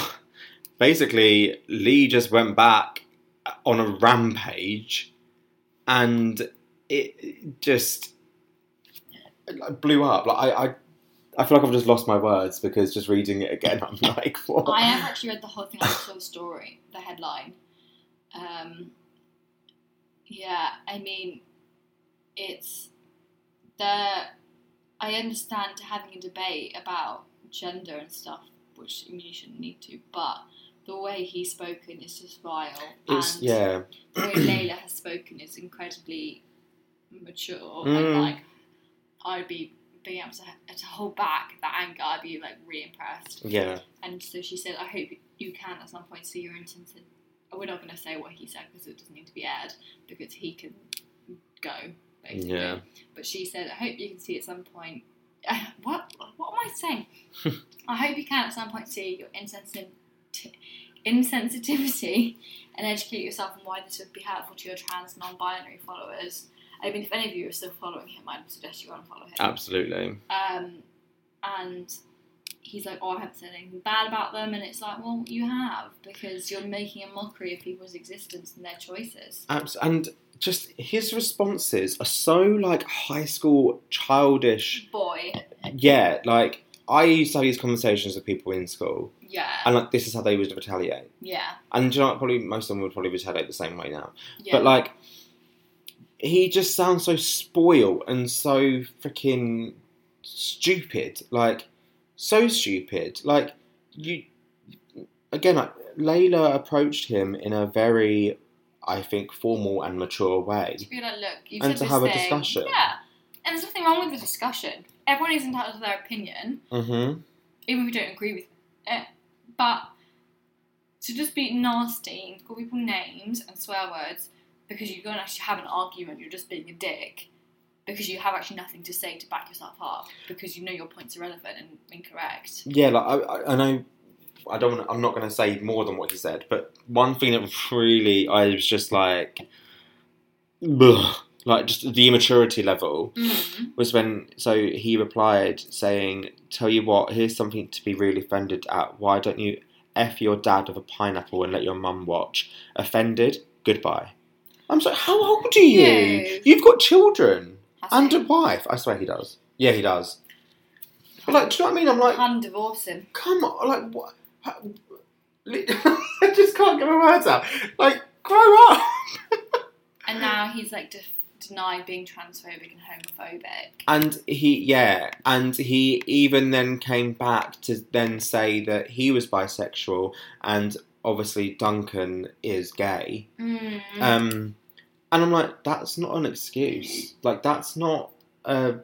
Speaker 2: basically Lee just went back on a rampage, and it- it just like, blew up. Like I, I, I feel like I've just lost my words because just reading it again, I'm like, what?
Speaker 3: I have actually read the whole thing. I just saw the story, the headline. Um, yeah, I mean, it's the. I understand having a debate about gender and stuff, which I mean, you shouldn't need to, but the way he's spoken is just vile.
Speaker 2: It's-
Speaker 3: and
Speaker 2: yeah,
Speaker 3: the way Layla has spoken is incredibly mature. And
Speaker 2: Mm.
Speaker 3: like, I'd be being able to, to hold back that anger. I'd be like really impressed.
Speaker 2: yeah,
Speaker 3: And so she said, I hope you can at some point see your intent. We're not going to say what he said because it doesn't need to be aired because he can go, basically.
Speaker 2: Yeah.
Speaker 3: But she said, I hope you can see at some point. what? What am I saying? I hope you can at some point see your insensitive, insensitivity and educate yourself on why this would be helpful to your trans non binary followers. I mean, if any of you are still following him, I'd suggest you unfollow him.
Speaker 2: absolutely.
Speaker 3: Um, and he's like, "Oh, I haven't said anything bad about them," and it's like, "Well, you have because you're making a mockery of people's existence and their choices."
Speaker 2: Abs- and just his responses are so like high school childish.
Speaker 3: Boy,
Speaker 2: Yeah, like I used to have these conversations with people in school,
Speaker 3: yeah,
Speaker 2: and like this is how they would retaliate.
Speaker 3: yeah,
Speaker 2: And do you know, what? probably most of them would probably retaliate the same way now.
Speaker 3: yeah.
Speaker 2: But like, he just sounds so spoiled and so freaking stupid. Like, so stupid. Like, you again. Like, Layla approached him in a very, I think, formal and mature way.
Speaker 3: to be like, "Look, you
Speaker 2: and
Speaker 3: said
Speaker 2: to
Speaker 3: this
Speaker 2: have a
Speaker 3: thing.
Speaker 2: discussion.
Speaker 3: Yeah, and there's nothing wrong with the discussion. Everyone is entitled to their opinion,
Speaker 2: Mm-hmm.
Speaker 3: even if we don't agree with it. But to just be nasty and call people names and swear words because you're going to actually have an argument, you're just being a dick because you have actually nothing to say to back yourself up because you know your point's irrelevant and incorrect.
Speaker 2: Yeah, like I, I- I know. I don't. Wanna, I'm not going to say more than what he said, but one thing that really I was just like, ugh, like just the immaturity level. was when so he replied saying, "Tell you what, here's something to be really offended at. Why don't you f your dad with a pineapple and let your mum watch? Offended? Goodbye." I'm like, "How old are you?
Speaker 3: No.
Speaker 2: You've got children
Speaker 3: Has
Speaker 2: and a
Speaker 3: it?
Speaker 2: wife." I swear he does. Yeah, he does. But like, do you know what I mean? I'm like,
Speaker 3: Can't divorce him.
Speaker 2: come on, like what? I just can't get my words out. Like, grow up.
Speaker 3: And now he's like def- denied being transphobic and homophobic.
Speaker 2: And he, yeah, and he even then came back to then say that he was bisexual, and obviously Duncan is gay.
Speaker 3: Mm.
Speaker 2: Um, and I'm like, that's not an excuse. Like, that's not. Uh,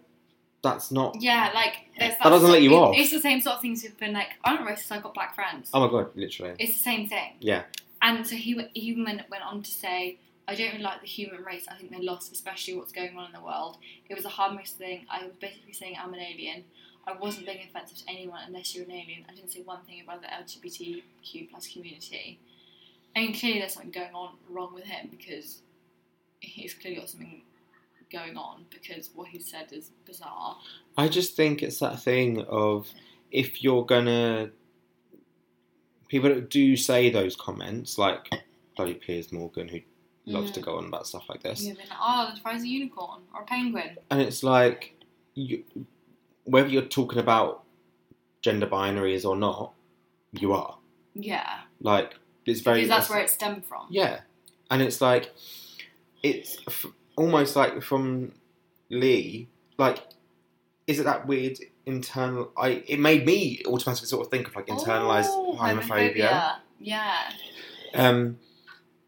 Speaker 2: that's not.
Speaker 3: yeah, like there's
Speaker 2: That doesn't let you
Speaker 3: it-
Speaker 2: off.
Speaker 3: It's the same sort of things who've been like, I'm not racist, I've got black friends.
Speaker 2: Oh my god, literally.
Speaker 3: It's the same thing.
Speaker 2: Yeah.
Speaker 3: And so he went- he went, went on to say, I don't really like the human race. I think they're lost, especially what's going on in the world. It was a harmless thing. I was basically saying I'm an alien. I wasn't being offensive to anyone unless you're an alien. I didn't say one thing about the LGBTQ plus community. I mean, clearly there's something going on wrong with him because he's clearly got something going on because what he said is bizarre.
Speaker 2: I just think it's that thing of if you're gonna people that do say those comments, like Chloe Piers Morgan, who loves to go on about stuff like this,
Speaker 3: You've been like, oh, the prize a unicorn or a penguin.
Speaker 2: and it's like you, whether you're talking about gender binaries or not, you are
Speaker 3: Yeah,
Speaker 2: like it's very
Speaker 3: because that's where it stemmed from.
Speaker 2: yeah, and it's like it's f- almost like from Lee, like is it that weird internal? I it made me automatically sort of think of like internalized
Speaker 3: Oh,
Speaker 2: homophobia.
Speaker 3: Yeah,
Speaker 2: um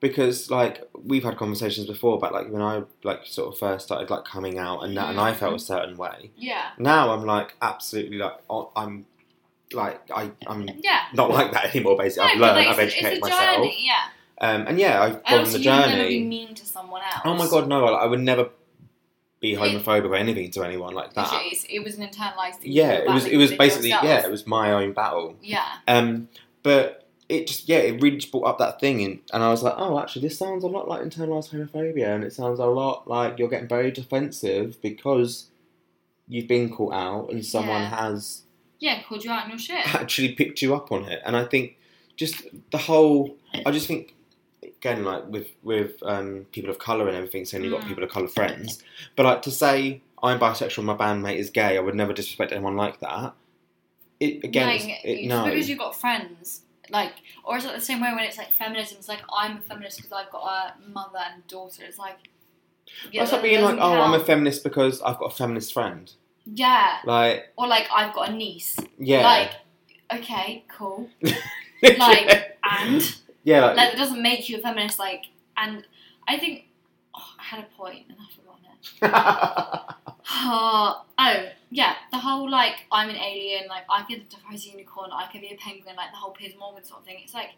Speaker 2: because like we've had conversations before about like when I like sort of first started like coming out and that, and I felt a certain way.
Speaker 3: yeah,
Speaker 2: Now I'm like absolutely like oh, I'm like I I'm
Speaker 3: yeah.
Speaker 2: not like that anymore. Basically, I've
Speaker 3: No, but
Speaker 2: learned,
Speaker 3: like,
Speaker 2: I've
Speaker 3: it's-
Speaker 2: educated
Speaker 3: it's a
Speaker 2: myself,
Speaker 3: Journey, yeah.
Speaker 2: um, and yeah, I've
Speaker 3: And
Speaker 2: gone on
Speaker 3: also,
Speaker 2: the
Speaker 3: you never be
Speaker 2: journey.
Speaker 3: mean to someone else.
Speaker 2: Oh my god, no! I, I would never be
Speaker 3: It-
Speaker 2: homophobic or anything to anyone like
Speaker 3: It's-
Speaker 2: that.
Speaker 3: it's- it was an internalized. thing
Speaker 2: Yeah,
Speaker 3: about
Speaker 2: it was
Speaker 3: the
Speaker 2: it was
Speaker 3: individual
Speaker 2: basically
Speaker 3: self.
Speaker 2: yeah, it was my own battle.
Speaker 3: yeah.
Speaker 2: Um, but it just yeah, it really just brought up that thing, and, and I was like, oh, actually, this sounds a lot like internalized homophobia, and it sounds a lot like you're getting very defensive because you've been caught out, and someone
Speaker 3: Yeah.
Speaker 2: has
Speaker 3: Yeah, called you out on your shit.
Speaker 2: actually picked you up on it. And I think just the whole, I just think again, like with with um, people of color and everything, saying you've got
Speaker 3: Mm.
Speaker 2: people of color friends, but like to say I'm bisexual, my bandmate is gay, I would never disrespect anyone like that. It again,
Speaker 3: like,
Speaker 2: it's- it,
Speaker 3: just
Speaker 2: no,
Speaker 3: because you've got friends, like, or is it the same way when it's like feminism? It's like I'm a feminist because I've got a mother and daughter. It's like yeah,
Speaker 2: that's
Speaker 3: that
Speaker 2: like being like,
Speaker 3: doesn't
Speaker 2: oh, I'm a
Speaker 3: count.
Speaker 2: feminist because I've got a feminist friend.
Speaker 3: yeah,
Speaker 2: Like,
Speaker 3: or like I've got a niece.
Speaker 2: yeah,
Speaker 3: Like, okay, cool, like, and
Speaker 2: yeah, like,
Speaker 3: like it doesn't make you a feminist. Like, and I think oh, I had a point and I've forgotten it. oh, oh, yeah, the whole like I'm an alien, like I could identify as a unicorn, I could be a penguin, like the whole Piers Morgan sort of thing. It's like,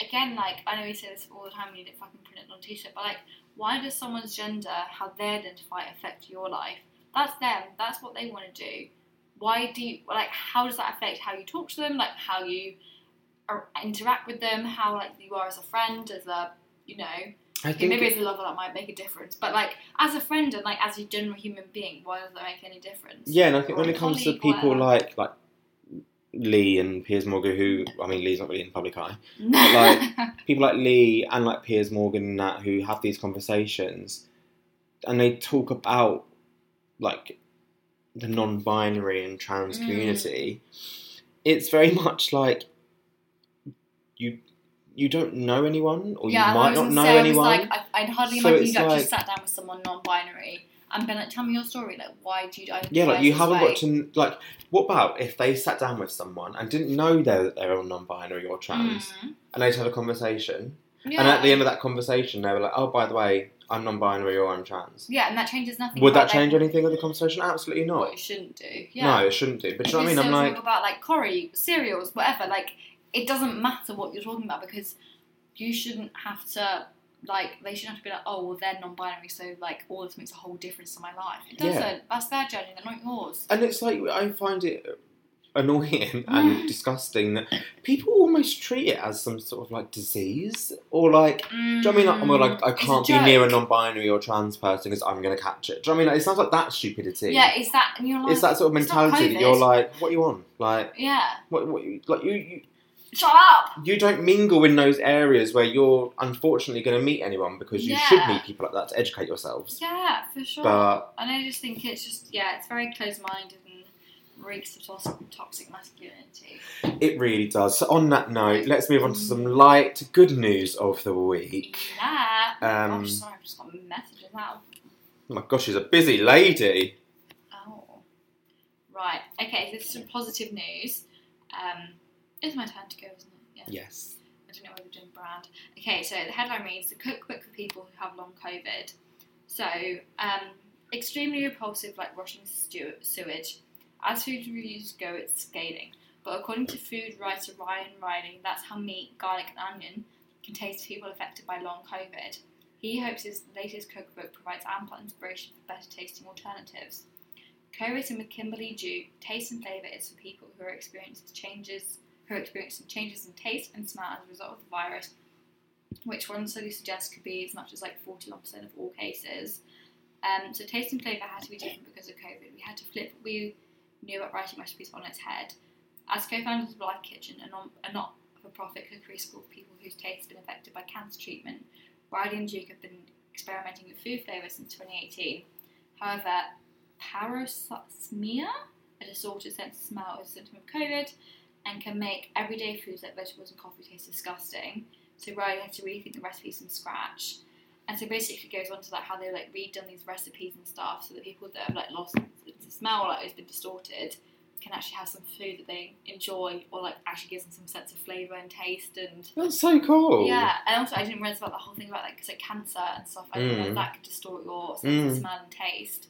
Speaker 3: again, like I know we say this all the time, and you don't fucking print it on a t-shirt, but like, why does someone's gender, how they identify, affect your life? That's them. That's what they want to do. Why do you like? How does that affect how you talk to them? Like how you ar- interact with them? How like you are as a friend, as a you know,
Speaker 2: I
Speaker 3: Okay,
Speaker 2: think
Speaker 3: maybe as a lover that might make a difference, but like as a friend and like as a general human being, why does that make any difference?
Speaker 2: Yeah, and I think
Speaker 3: Or
Speaker 2: when
Speaker 3: a
Speaker 2: it comes to
Speaker 3: colleague,
Speaker 2: people
Speaker 3: whatever.
Speaker 2: like like Lee and Piers Morgan, who I mean, Lee's not really in the public eye.
Speaker 3: like,
Speaker 2: People like Lee and like Piers Morgan and that who have these conversations, and they talk about like the non-binary and trans
Speaker 3: Mm.
Speaker 2: community. It's very much like you you don't know anyone, or you might not know anyone.
Speaker 3: Like, I, I'd hardly
Speaker 2: So
Speaker 3: imagine
Speaker 2: it's
Speaker 3: you'd actually
Speaker 2: like-
Speaker 3: sat down with someone non-binary and been like, "Tell me your story. Like, why do you identify?"
Speaker 2: Yeah, like you
Speaker 3: this
Speaker 2: haven't
Speaker 3: way?
Speaker 2: got to like. What about if they sat down with someone and didn't know they that they were non-binary or trans,
Speaker 3: Mm.
Speaker 2: and they just had a conversation,
Speaker 3: Yeah.
Speaker 2: and at the end of that conversation, they were like, "Oh, by the way, I'm non-binary or I'm trans."
Speaker 3: yeah, and that changes nothing.
Speaker 2: Would that
Speaker 3: about,
Speaker 2: change
Speaker 3: like,
Speaker 2: anything of the conversation? Absolutely
Speaker 3: What
Speaker 2: not.
Speaker 3: it shouldn't do. Yeah.
Speaker 2: No, it shouldn't do. But
Speaker 3: If
Speaker 2: you know what I
Speaker 3: you
Speaker 2: mean? I'm
Speaker 3: still
Speaker 2: like,
Speaker 3: talk about like Corrie cereals, whatever. Like it doesn't matter what you're talking about because you shouldn't have to like they shouldn't have to be like oh well they're non-binary so like all this makes a whole difference to my life. It
Speaker 2: Yeah.
Speaker 3: doesn't. That's their journey. They're not yours.
Speaker 2: and it's like I find it annoying and disgusting that people almost treat it as some sort of like disease or like Do you know what I mean? Like, well, like I
Speaker 3: Mm, It's a
Speaker 2: can't be near a
Speaker 3: joke.
Speaker 2: non-binary or trans person because I'm going to catch it. Do you know what I mean? Like, it sounds like that stupidity.
Speaker 3: Mm. Yeah, it's that and you're like
Speaker 2: it's that sort of
Speaker 3: it's not
Speaker 2: mentality that
Speaker 3: COVID.
Speaker 2: you're like, what you on? Like,
Speaker 3: yeah.
Speaker 2: what, what you, like you, you,
Speaker 3: Shut up.
Speaker 2: you don't mingle in those areas where you're unfortunately going to meet anyone because you
Speaker 3: Yeah.
Speaker 2: should meet people like that to educate yourselves.
Speaker 3: Yeah, for sure.
Speaker 2: But
Speaker 3: and I just think it's just yeah, it's very closed-minded and reeks of tos- toxic masculinity.
Speaker 2: it really does. So on that note, let's move on to some light, good news of the week.
Speaker 3: Yeah.
Speaker 2: Um,
Speaker 3: Gosh, sorry, I've just got messages now.
Speaker 2: Oh my gosh, she's a busy lady.
Speaker 3: Oh. Right. Okay, so this is some positive news. Um, it's my turn to go, isn't it? Yeah.
Speaker 2: Yes.
Speaker 3: I don't know whether we're doing brand. Okay, so the headline reads The Cookbook for People Who Have Long COVID. So, um, extremely repulsive, like Russian stew- sewage. As food reviews go, it's scathing. But according to food writer Ryan Riley, that's how meat, garlic, and onion can taste to people affected by long COVID. He hopes his latest cookbook provides ample inspiration for better tasting alternatives. Co-written with Kimberly Dew, Taste and Flavour is for people who are experiencing changes who are experiencing changes in taste and smell as a result of the virus, which one study suggests could be as much as like 41% of all cases. Um, so taste and flavour had to be different because of COVID. We had to flip what we knew about writing recipes on its head. As co-founders of Life Kitchen, a non- a not for for-profit cookery school for people whose tastes have been affected by cancer treatment. Riley and Duke have been experimenting with food flavours since 2018. However, parosmia, a disordered sense of smell, is a symptom of COVID and can make everyday foods like vegetables and coffee taste disgusting. So Riley had to rethink the recipes from scratch. And so basically it goes on to like how they like redone these recipes and stuff so that people that have like lost the smell or like it's been distorted can actually have some food that they enjoy or like actually gives them some sense of flavour and taste and
Speaker 2: That's so cool.
Speaker 3: yeah, and also I didn't realize about the whole thing about like 'cause, like cancer and stuff. I didn't
Speaker 2: Mm.
Speaker 3: realize that could distort your sense of
Speaker 2: Mm.
Speaker 3: smell and taste.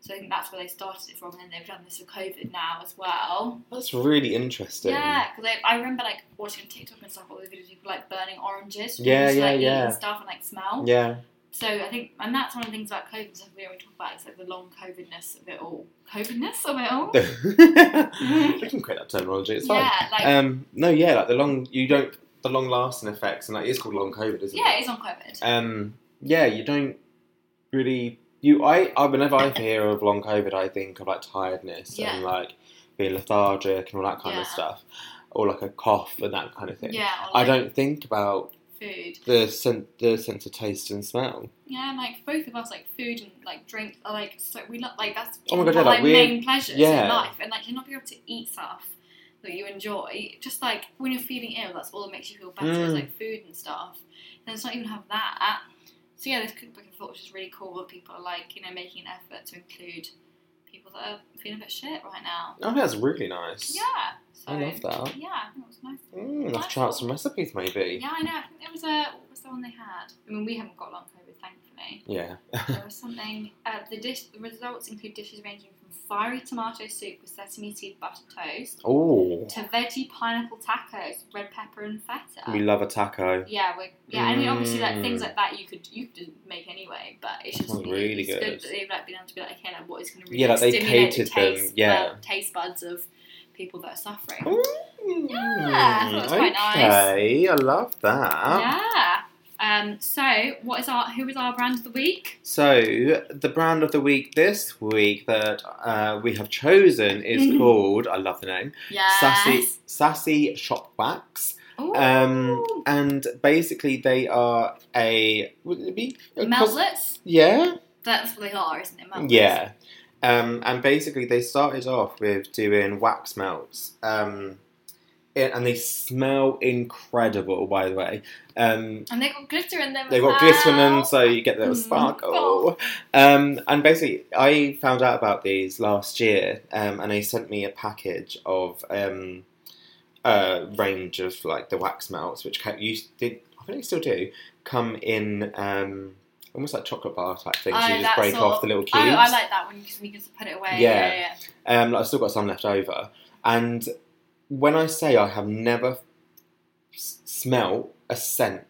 Speaker 3: So I think that's where they started it from, and they've done this with COVID now as well.
Speaker 2: That's really interesting.
Speaker 3: Yeah, because I, I remember like watching on TikTok and stuff all these videos of people like burning oranges,
Speaker 2: Yeah,
Speaker 3: just,
Speaker 2: yeah,
Speaker 3: like, eating
Speaker 2: yeah.
Speaker 3: stuff and like smell.
Speaker 2: Yeah.
Speaker 3: So I think, and that's one of the things about COVID stuff we already talk about is like the long COVIDness of it all, COVIDness of it all.
Speaker 2: we can create that terminology. It's fine.
Speaker 3: yeah, like
Speaker 2: Um, no, yeah, like the long you don't the long lasting effects, and like it's called long COVID, isn't
Speaker 3: yeah,
Speaker 2: it?
Speaker 3: it is on COVID.
Speaker 2: Um, yeah, you don't really you I, I whenever I hear of long COVID, I think of like tiredness
Speaker 3: Yeah.
Speaker 2: and like being lethargic and all that kind of
Speaker 3: Yeah.
Speaker 2: stuff, or like a cough and that kind of thing.
Speaker 3: yeah,
Speaker 2: I
Speaker 3: or, like,
Speaker 2: don't think about
Speaker 3: food.
Speaker 2: the sen- the sense of taste and smell.
Speaker 3: Yeah, and like both of us, like food and like drink are like so we love like that's
Speaker 2: Oh my God, yeah,
Speaker 3: our
Speaker 2: like, we're-
Speaker 3: main pleasures in
Speaker 2: yeah.
Speaker 3: life, and like you're not being able to eat stuff that you enjoy. Just like when you're feeling ill, that's all that makes you feel better is
Speaker 2: Mm.
Speaker 3: like food and stuff. And it's not even have that. So yeah, this cookbook I thought was just really cool. Where people are like you know making an effort to include people that are feeling a bit shit right now.
Speaker 2: I think Oh, that's really nice.
Speaker 3: Yeah, so
Speaker 2: I love that.
Speaker 3: yeah, I think it was nice.
Speaker 2: Mm, I'll try out some recipes maybe.
Speaker 3: Yeah, I know. I think there was a what was the one they had? I mean, we haven't got long COVID, thankfully.
Speaker 2: Yeah.
Speaker 3: There was something. Uh, the dish. The results include dishes ranging from fiery tomato soup with sesame seed butter toast
Speaker 2: Oh,
Speaker 3: to veggie pineapple tacos, red pepper and feta.
Speaker 2: we love a taco.
Speaker 3: yeah, we yeah. I mean, obviously, like
Speaker 2: Mm.
Speaker 3: things like that, you could you could just make anyway. But it's just
Speaker 2: Sounds really
Speaker 3: it's good.
Speaker 2: good.
Speaker 3: that they've like been able to be like, okay, like, what is going to really
Speaker 2: Yeah, like, they
Speaker 3: stimulate the
Speaker 2: catered them,
Speaker 3: taste,
Speaker 2: yeah.
Speaker 3: bud- taste buds of people that are suffering.
Speaker 2: Yeah,
Speaker 3: I thought it was quite nice.
Speaker 2: Mm, okay, I love that.
Speaker 3: Yeah. Um. So, what is our who is our brand of the week?
Speaker 2: So, the brand of the week this week that uh, we have chosen is called, I love the name,
Speaker 3: Yeah.
Speaker 2: Sassy, Sassy Shop Wax. Um, and basically, they are a. Would it be? a cos-
Speaker 3: Meltlets.
Speaker 2: yeah?
Speaker 3: That's what they are, isn't it? Melts?
Speaker 2: Yeah. Um, and basically, they started off with doing wax melts. Um, it- and they smell incredible, by the way. Um,
Speaker 3: And they got glitter in them.
Speaker 2: They
Speaker 3: as
Speaker 2: got glitter in them,
Speaker 3: well.
Speaker 2: so you get that
Speaker 3: Mm.
Speaker 2: sparkle. Um, and basically, I found out about these last year, um, and they sent me a package of um, a range of like the wax melts, which ca- you did. I think they still do come in um, almost like chocolate bar type things.
Speaker 3: Oh,
Speaker 2: so you
Speaker 3: that
Speaker 2: just break
Speaker 3: sort
Speaker 2: off
Speaker 3: of-
Speaker 2: the little cubes.
Speaker 3: Oh, I like that one because we can just put it away. Yeah,
Speaker 2: Yeah.
Speaker 3: yeah.
Speaker 2: Um, I've still got some left over. And when I say I have never s- smelt a scent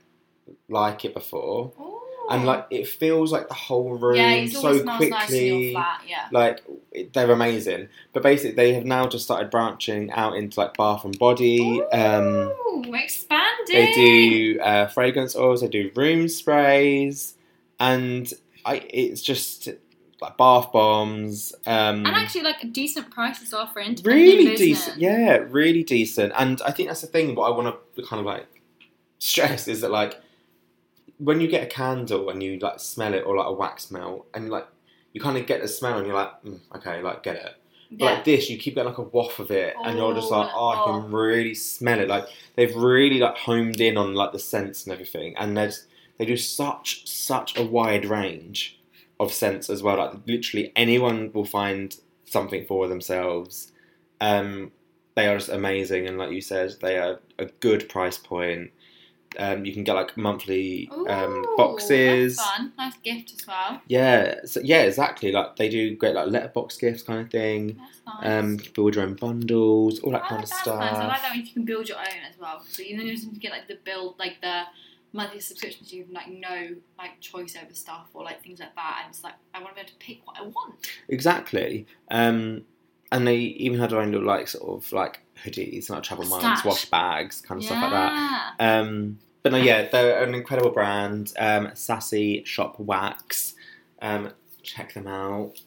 Speaker 2: like it before,
Speaker 3: yeah. Ooh.
Speaker 2: and like it feels like the whole room
Speaker 3: yeah, it always
Speaker 2: so
Speaker 3: smells
Speaker 2: quickly.
Speaker 3: nice in your flat. Yeah.
Speaker 2: like it- they're amazing, but basically they have now just started branching out into like Bath and Body.
Speaker 3: Oh,
Speaker 2: Um,
Speaker 3: Ooh, expanding.
Speaker 2: they do uh, fragrance oils, they do room sprays, and I it's just like bath bombs. Um,
Speaker 3: And actually, like a decent price as well for independent
Speaker 2: really
Speaker 3: business.
Speaker 2: decent yeah really decent and i think that's the thing what i want to kind of like stress is that like when you get a candle and you like smell it or like a wax melt and like you kind of get the smell and you're like mm, okay like get it but
Speaker 3: Yeah.
Speaker 2: like this you keep getting like a waft of it and you're just like
Speaker 3: Oh,
Speaker 2: oh i can really smell it like they've really like homed in on like the scents and everything and they they do such such a wide range of scents as well like literally anyone will find something for themselves um they are just amazing and like you said they are a good price point um you can get like monthly um
Speaker 3: Ooh,
Speaker 2: boxes
Speaker 3: That's fun. Nice gift as well.
Speaker 2: yeah so, yeah exactly like they do great like letterbox gifts kind of thing
Speaker 3: That's nice.
Speaker 2: um, you can build your own bundles, all that
Speaker 3: I
Speaker 2: kind
Speaker 3: like
Speaker 2: of
Speaker 3: that
Speaker 2: stuff.
Speaker 3: Ah, Nice. I like that when you can build your own as well. So you know, you just need to get like the build, like the monthly subscriptions. You have like no like choice over stuff or like things like that. And it's like I want to be able to pick what I want.
Speaker 2: Exactly. Um, and they even had their own little like sort of like hoodies, like travel mugs,
Speaker 3: Stash.
Speaker 2: wash bags, kind of stuff like that. Um, but no, yeah, they're an incredible brand. Um, Sassy Shop Wax. Um, check them out.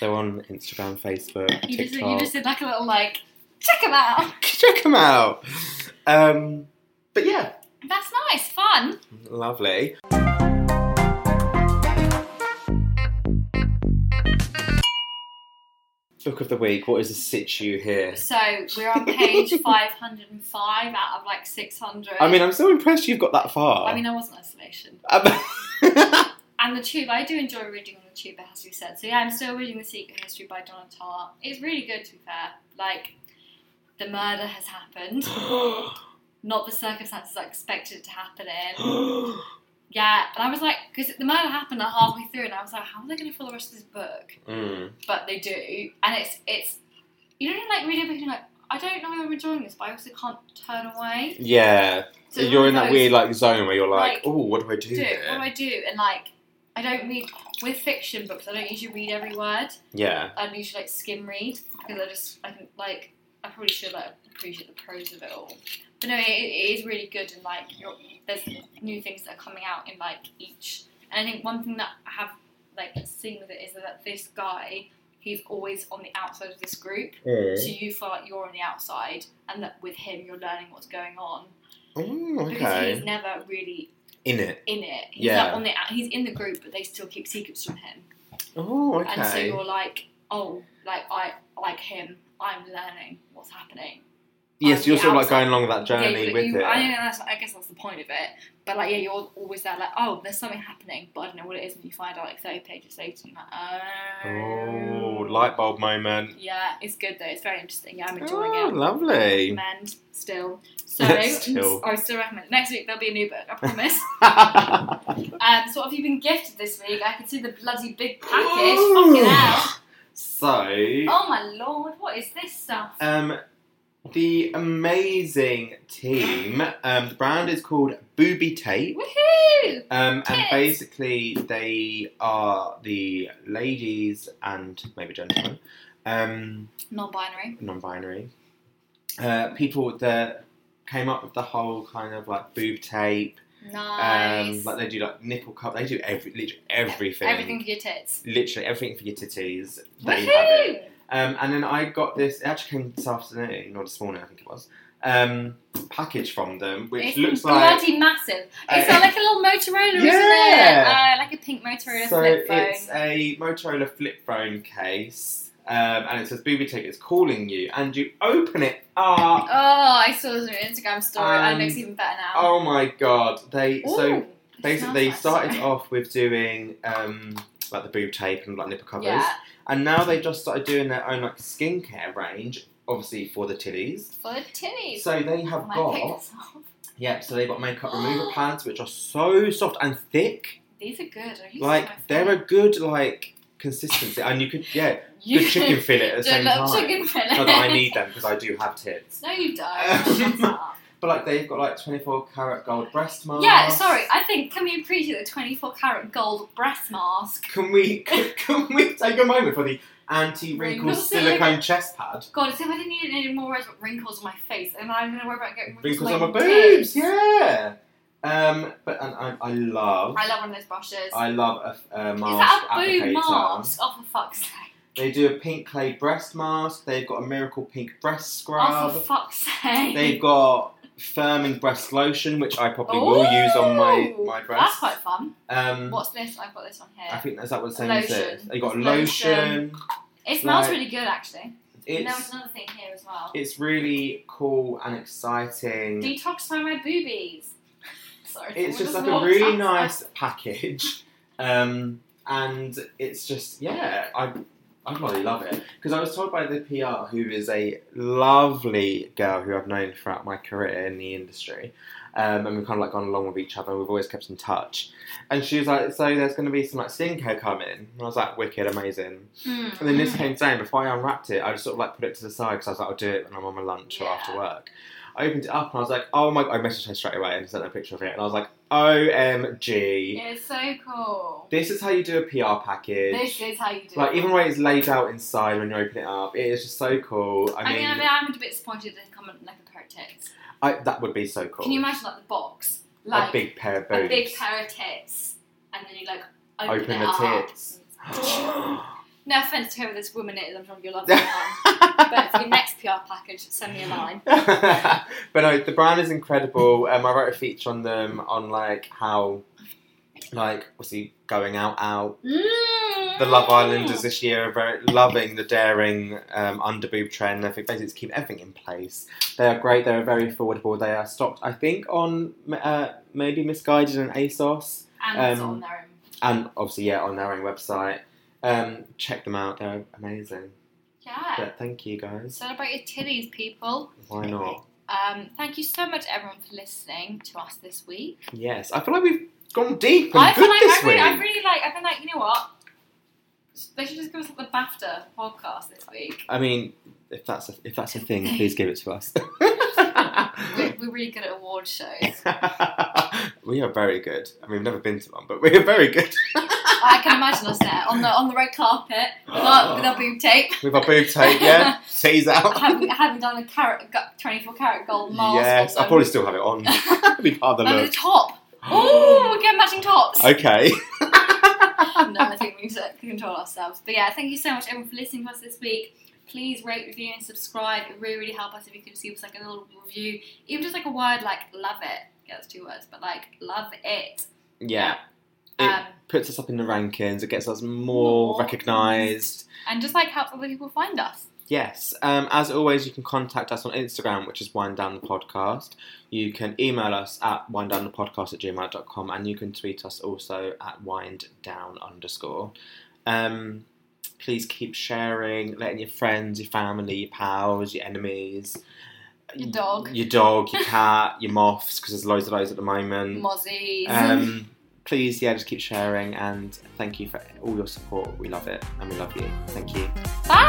Speaker 2: They're on Instagram, Facebook,
Speaker 3: You just,
Speaker 2: TikTok.
Speaker 3: you just did like a little like check them out.
Speaker 2: check them out. Um, But yeah,
Speaker 3: That's nice, fun.
Speaker 2: lovely. Book of the week. What is the situ here?
Speaker 3: So we're on page 505 out of like 600.
Speaker 2: I mean, I'm so impressed you've got that far.
Speaker 3: I mean, I was in isolation.
Speaker 2: Um,
Speaker 3: And the tube, I do enjoy reading on the tube, it has to be said. So yeah, I'm still reading The Secret History by Donna Tartt. It's really good, to be fair. Like, the murder has happened, not the circumstances I expected it to happen in. Yeah, and I was like, because the murder happened like halfway through, and I was like, how are they going to fill the rest of this book?
Speaker 2: Mm.
Speaker 3: But they do, and it's it's you don't like read everything like I don't know where I'm enjoying this, but I also can't turn away.
Speaker 2: Yeah,
Speaker 3: So it's
Speaker 2: you're
Speaker 3: one
Speaker 2: in
Speaker 3: of
Speaker 2: that
Speaker 3: those,
Speaker 2: weird like zone where you're like,
Speaker 3: Like,
Speaker 2: oh, what do I do?
Speaker 3: do
Speaker 2: here?
Speaker 3: what do I do? And like I don't read with fiction books. I don't usually read every word.
Speaker 2: Yeah,
Speaker 3: I'd usually like skim read because I just I think like I probably should like appreciate the prose of it all. But no, it, it is really good and like you're, there's new things that are coming out in like each. And I think one thing that I have like seen with it is that this guy he's always on the outside of this group, so you feel like you're on the outside, and that with him you're learning what's going on
Speaker 2: Ooh,
Speaker 3: because
Speaker 2: okay,
Speaker 3: he's never really
Speaker 2: in it.
Speaker 3: in it. He's
Speaker 2: Yeah.
Speaker 3: not on the out- he's in the group, but they still keep secrets from him.
Speaker 2: Oh,
Speaker 3: And so
Speaker 2: okay.
Speaker 3: you're like, oh, like I like him. I'm learning what's happening.
Speaker 2: Yes,
Speaker 3: on
Speaker 2: you're
Speaker 3: the
Speaker 2: sort of like
Speaker 3: outside.
Speaker 2: going along that journey
Speaker 3: yeah,
Speaker 2: with
Speaker 3: you,
Speaker 2: it.
Speaker 3: I, think that's, I guess that's the point of it. But like, yeah, you're always there, like, oh, there's something happening, but I don't know what it is, and you find out like 30 pages later, and you're like,
Speaker 2: Oh,
Speaker 3: oh.
Speaker 2: light bulb moment.
Speaker 3: Yeah, it's good though. It's very interesting. Yeah, I'm enjoying
Speaker 2: Oh,
Speaker 3: it.
Speaker 2: lovely.
Speaker 3: Recommend still. So
Speaker 2: Still.
Speaker 3: I still recommend. it. Next week there'll be a new book. I promise.
Speaker 2: Package.
Speaker 3: um, so what have you been gifted this week? I can see the bloody big package. Fucking hell.
Speaker 2: So,
Speaker 3: Oh my lord, what is this stuff?
Speaker 2: um, the amazing team. Um, the brand is called Booby Tape.
Speaker 3: Woohoo!
Speaker 2: Um, and
Speaker 3: Tits.
Speaker 2: basically, they are the ladies and maybe gentlemen, um,
Speaker 3: Non-binary.
Speaker 2: non-binary uh, people that came up with the whole kind of like boob tape. Um,
Speaker 3: Nice.
Speaker 2: like they do like nipple cup. They do every literally everything.
Speaker 3: Everything for your tits.
Speaker 2: Literally everything for your titties. They have it.
Speaker 3: Woohoo!
Speaker 2: Um, and then I got this. It actually came this afternoon or this morning, I think it was. Um, package from them, which
Speaker 3: It's
Speaker 2: looks like
Speaker 3: bloody massive.
Speaker 2: I-
Speaker 3: It's got like a little Motorola,
Speaker 2: Yeah.
Speaker 3: isn't it? Uh, like a pink Motorola
Speaker 2: So
Speaker 3: flip phone.
Speaker 2: it's uh, a Motorola flip phone case, um, and it says "Booby Tick is calling you," and you open it
Speaker 3: Oh,
Speaker 2: up.
Speaker 3: I saw this on your Instagram story.
Speaker 2: Um,
Speaker 3: and it looks even better now.
Speaker 2: Oh my god! They so
Speaker 3: Ooh, it smells
Speaker 2: basically they
Speaker 3: nice.
Speaker 2: started off with doing um, like the boob tape and like nipple covers,
Speaker 3: Yeah,
Speaker 2: and now they just started doing their own like skincare range, obviously for the titties.
Speaker 3: for the titties. Oh,
Speaker 2: So they have
Speaker 3: My
Speaker 2: got
Speaker 3: pictures off.
Speaker 2: yeah, so they've got makeup remover pads which are so soft and thick,
Speaker 3: These are good. I used
Speaker 2: like
Speaker 3: to
Speaker 2: they're a good like consistency, and you could yeah.
Speaker 3: you
Speaker 2: good chicken fillet at the
Speaker 3: do
Speaker 2: same
Speaker 3: love
Speaker 2: time.
Speaker 3: chicken fillet.
Speaker 2: Not that I need them because I do have tits.
Speaker 3: No, you don't. Shut up.
Speaker 2: But like they've got like 24 karat gold breast mask.
Speaker 3: Yeah, sorry. I think can we appreciate the 24 karat gold breast mask?
Speaker 2: Can we can, can we take a moment for the anti-wrinkle
Speaker 3: Wrinkle
Speaker 2: silicone chest pad?
Speaker 3: God, as if I didn't need any more worries about wrinkles on my face, and I'm gonna worry about getting
Speaker 2: Wrinkles
Speaker 3: wrinkles,
Speaker 2: on my
Speaker 3: tits.
Speaker 2: boobs. Yeah. Um, but and I, I love
Speaker 3: I love one of those brushes.
Speaker 2: I love a, a
Speaker 3: Is
Speaker 2: mask
Speaker 3: that a boob
Speaker 2: applicator.
Speaker 3: mask? Oh, for fuck's sake.
Speaker 2: They do a pink clay breast mask. They've got a miracle pink breast
Speaker 3: Oh,
Speaker 2: scrub.
Speaker 3: for fuck's sake.
Speaker 2: They've got firming breast lotion, which I probably will use on my
Speaker 3: Ooh,
Speaker 2: my
Speaker 3: That's
Speaker 2: breast.
Speaker 3: quite fun.
Speaker 2: Um,
Speaker 3: What's this? I've got this on
Speaker 2: I
Speaker 3: here.
Speaker 2: think that's that what the same
Speaker 3: Lotion.
Speaker 2: is. You got
Speaker 3: It's
Speaker 2: lotion.
Speaker 3: lotion. It smells
Speaker 2: like-
Speaker 3: really good, actually. And there was
Speaker 2: It's
Speaker 3: another thing here as well.
Speaker 2: it's really cool and exciting.
Speaker 3: Detoxify my boobies. Sorry.
Speaker 2: It's
Speaker 3: someone
Speaker 2: just like a
Speaker 3: walked
Speaker 2: really
Speaker 3: up.
Speaker 2: nice package, um, and it's just yeah, I I bloody love it because I was told by the PR who is a lovely girl who I've known throughout my career in the industry. Um, and we've kind of like gone along with each other. and We've always kept in touch. And she was like, "So there's going to be some like skincare coming." And I was like, "Wicked, amazing."
Speaker 3: Mm,
Speaker 2: And then this
Speaker 3: mm.
Speaker 2: came down. Before I unwrapped it, I just sort of like put it to the side because I was like, I'll do it when I'm on my lunch or
Speaker 3: Yeah.
Speaker 2: after work. I opened it up and I was like, oh my! I messaged her straight away and sent her a picture of it, and I was like, OMG!
Speaker 3: It's so cool.
Speaker 2: This is how you do a PR package.
Speaker 3: This is how you do
Speaker 2: like
Speaker 3: it.
Speaker 2: even when it's laid out inside when you open it up, it is just so cool. I
Speaker 3: I mean,
Speaker 2: mean,
Speaker 3: I mean, I'm a bit disappointed they come in like a pair of tits.
Speaker 2: I, that would be so cool.
Speaker 3: Can you imagine like the box, like
Speaker 2: a big pair of boobs.
Speaker 3: a big pair of tits, and then you like open,
Speaker 2: Open
Speaker 3: it
Speaker 2: the
Speaker 3: up.
Speaker 2: tits.
Speaker 3: No offense to whoever this woman is, I'm sure you'll love that one. But for your next PR package, send me a line.
Speaker 2: but no, the brand is incredible. Um, I wrote a feature on them on like how, like, obviously going out, out.
Speaker 3: Mm-hmm.
Speaker 2: The Love Islanders this year are very loving the daring um, underboob trend. I think basically to keep everything in place. They are great. They are very affordable. They are stocked, I think, on uh, maybe misguided and ASOS,
Speaker 3: And it's
Speaker 2: um,
Speaker 3: on their own.
Speaker 2: and obviously yeah on their own website. Um, check them out. They're amazing.
Speaker 3: Yeah.
Speaker 2: But thank you guys.
Speaker 3: Celebrate your titties, people.
Speaker 2: Why not?
Speaker 3: Um, thank you so much, everyone, for listening to us this week.
Speaker 2: Yes, I feel like we've gone deep and
Speaker 3: I
Speaker 2: good
Speaker 3: feel like
Speaker 2: this
Speaker 3: I really,
Speaker 2: week.
Speaker 3: I really like. I've been like, you know what? They should just give us like, the BAFTA podcast this week.
Speaker 2: I mean, if that's a, if that's a thing, please give it to us.
Speaker 3: We're, we're really good at award shows.
Speaker 2: we are very good. I mean, we've never been to one, but we are very good
Speaker 3: I can imagine us there on the on the red carpet with our, with our boob tape,
Speaker 2: with our boob tape. Yeah, tease out.
Speaker 3: having, having done a carat, got 24 carat gold mask.
Speaker 2: Yes,
Speaker 3: on
Speaker 2: I probably still have it on. It'd be part of the
Speaker 3: and the
Speaker 2: look.
Speaker 3: top. Oh, we're getting matching tops.
Speaker 2: Okay.
Speaker 3: no, I think we need to control ourselves. But yeah, thank you so much everyone for listening to us this week. Please rate, review, and subscribe. It really, really helps us if you can see us like a little review, even just like a word like "love it." Yeah, that's two words, but like "love it."
Speaker 2: Yeah, it
Speaker 3: Um,
Speaker 2: puts us up in the rankings. It gets us more
Speaker 3: More.
Speaker 2: recognised.
Speaker 3: and just like helps other people find us.
Speaker 2: Yes. Um, as always, you can contact us on Instagram, which is Wind Down the Podcast. You can email us at winddownthepodcast at gmail.com and you can tweet us also at wind down underscore. Um, please keep sharing, letting your friends, your family, your pals, your enemies,
Speaker 3: Your
Speaker 2: Mm.
Speaker 3: dog.
Speaker 2: your dog, your cat, your moths, because there's loads of those at the moment.
Speaker 3: Mozzies.
Speaker 2: Mm. Um, please, yeah, just keep sharing and thank you for all your support. We love it and we love you. Thank you.
Speaker 3: Bye.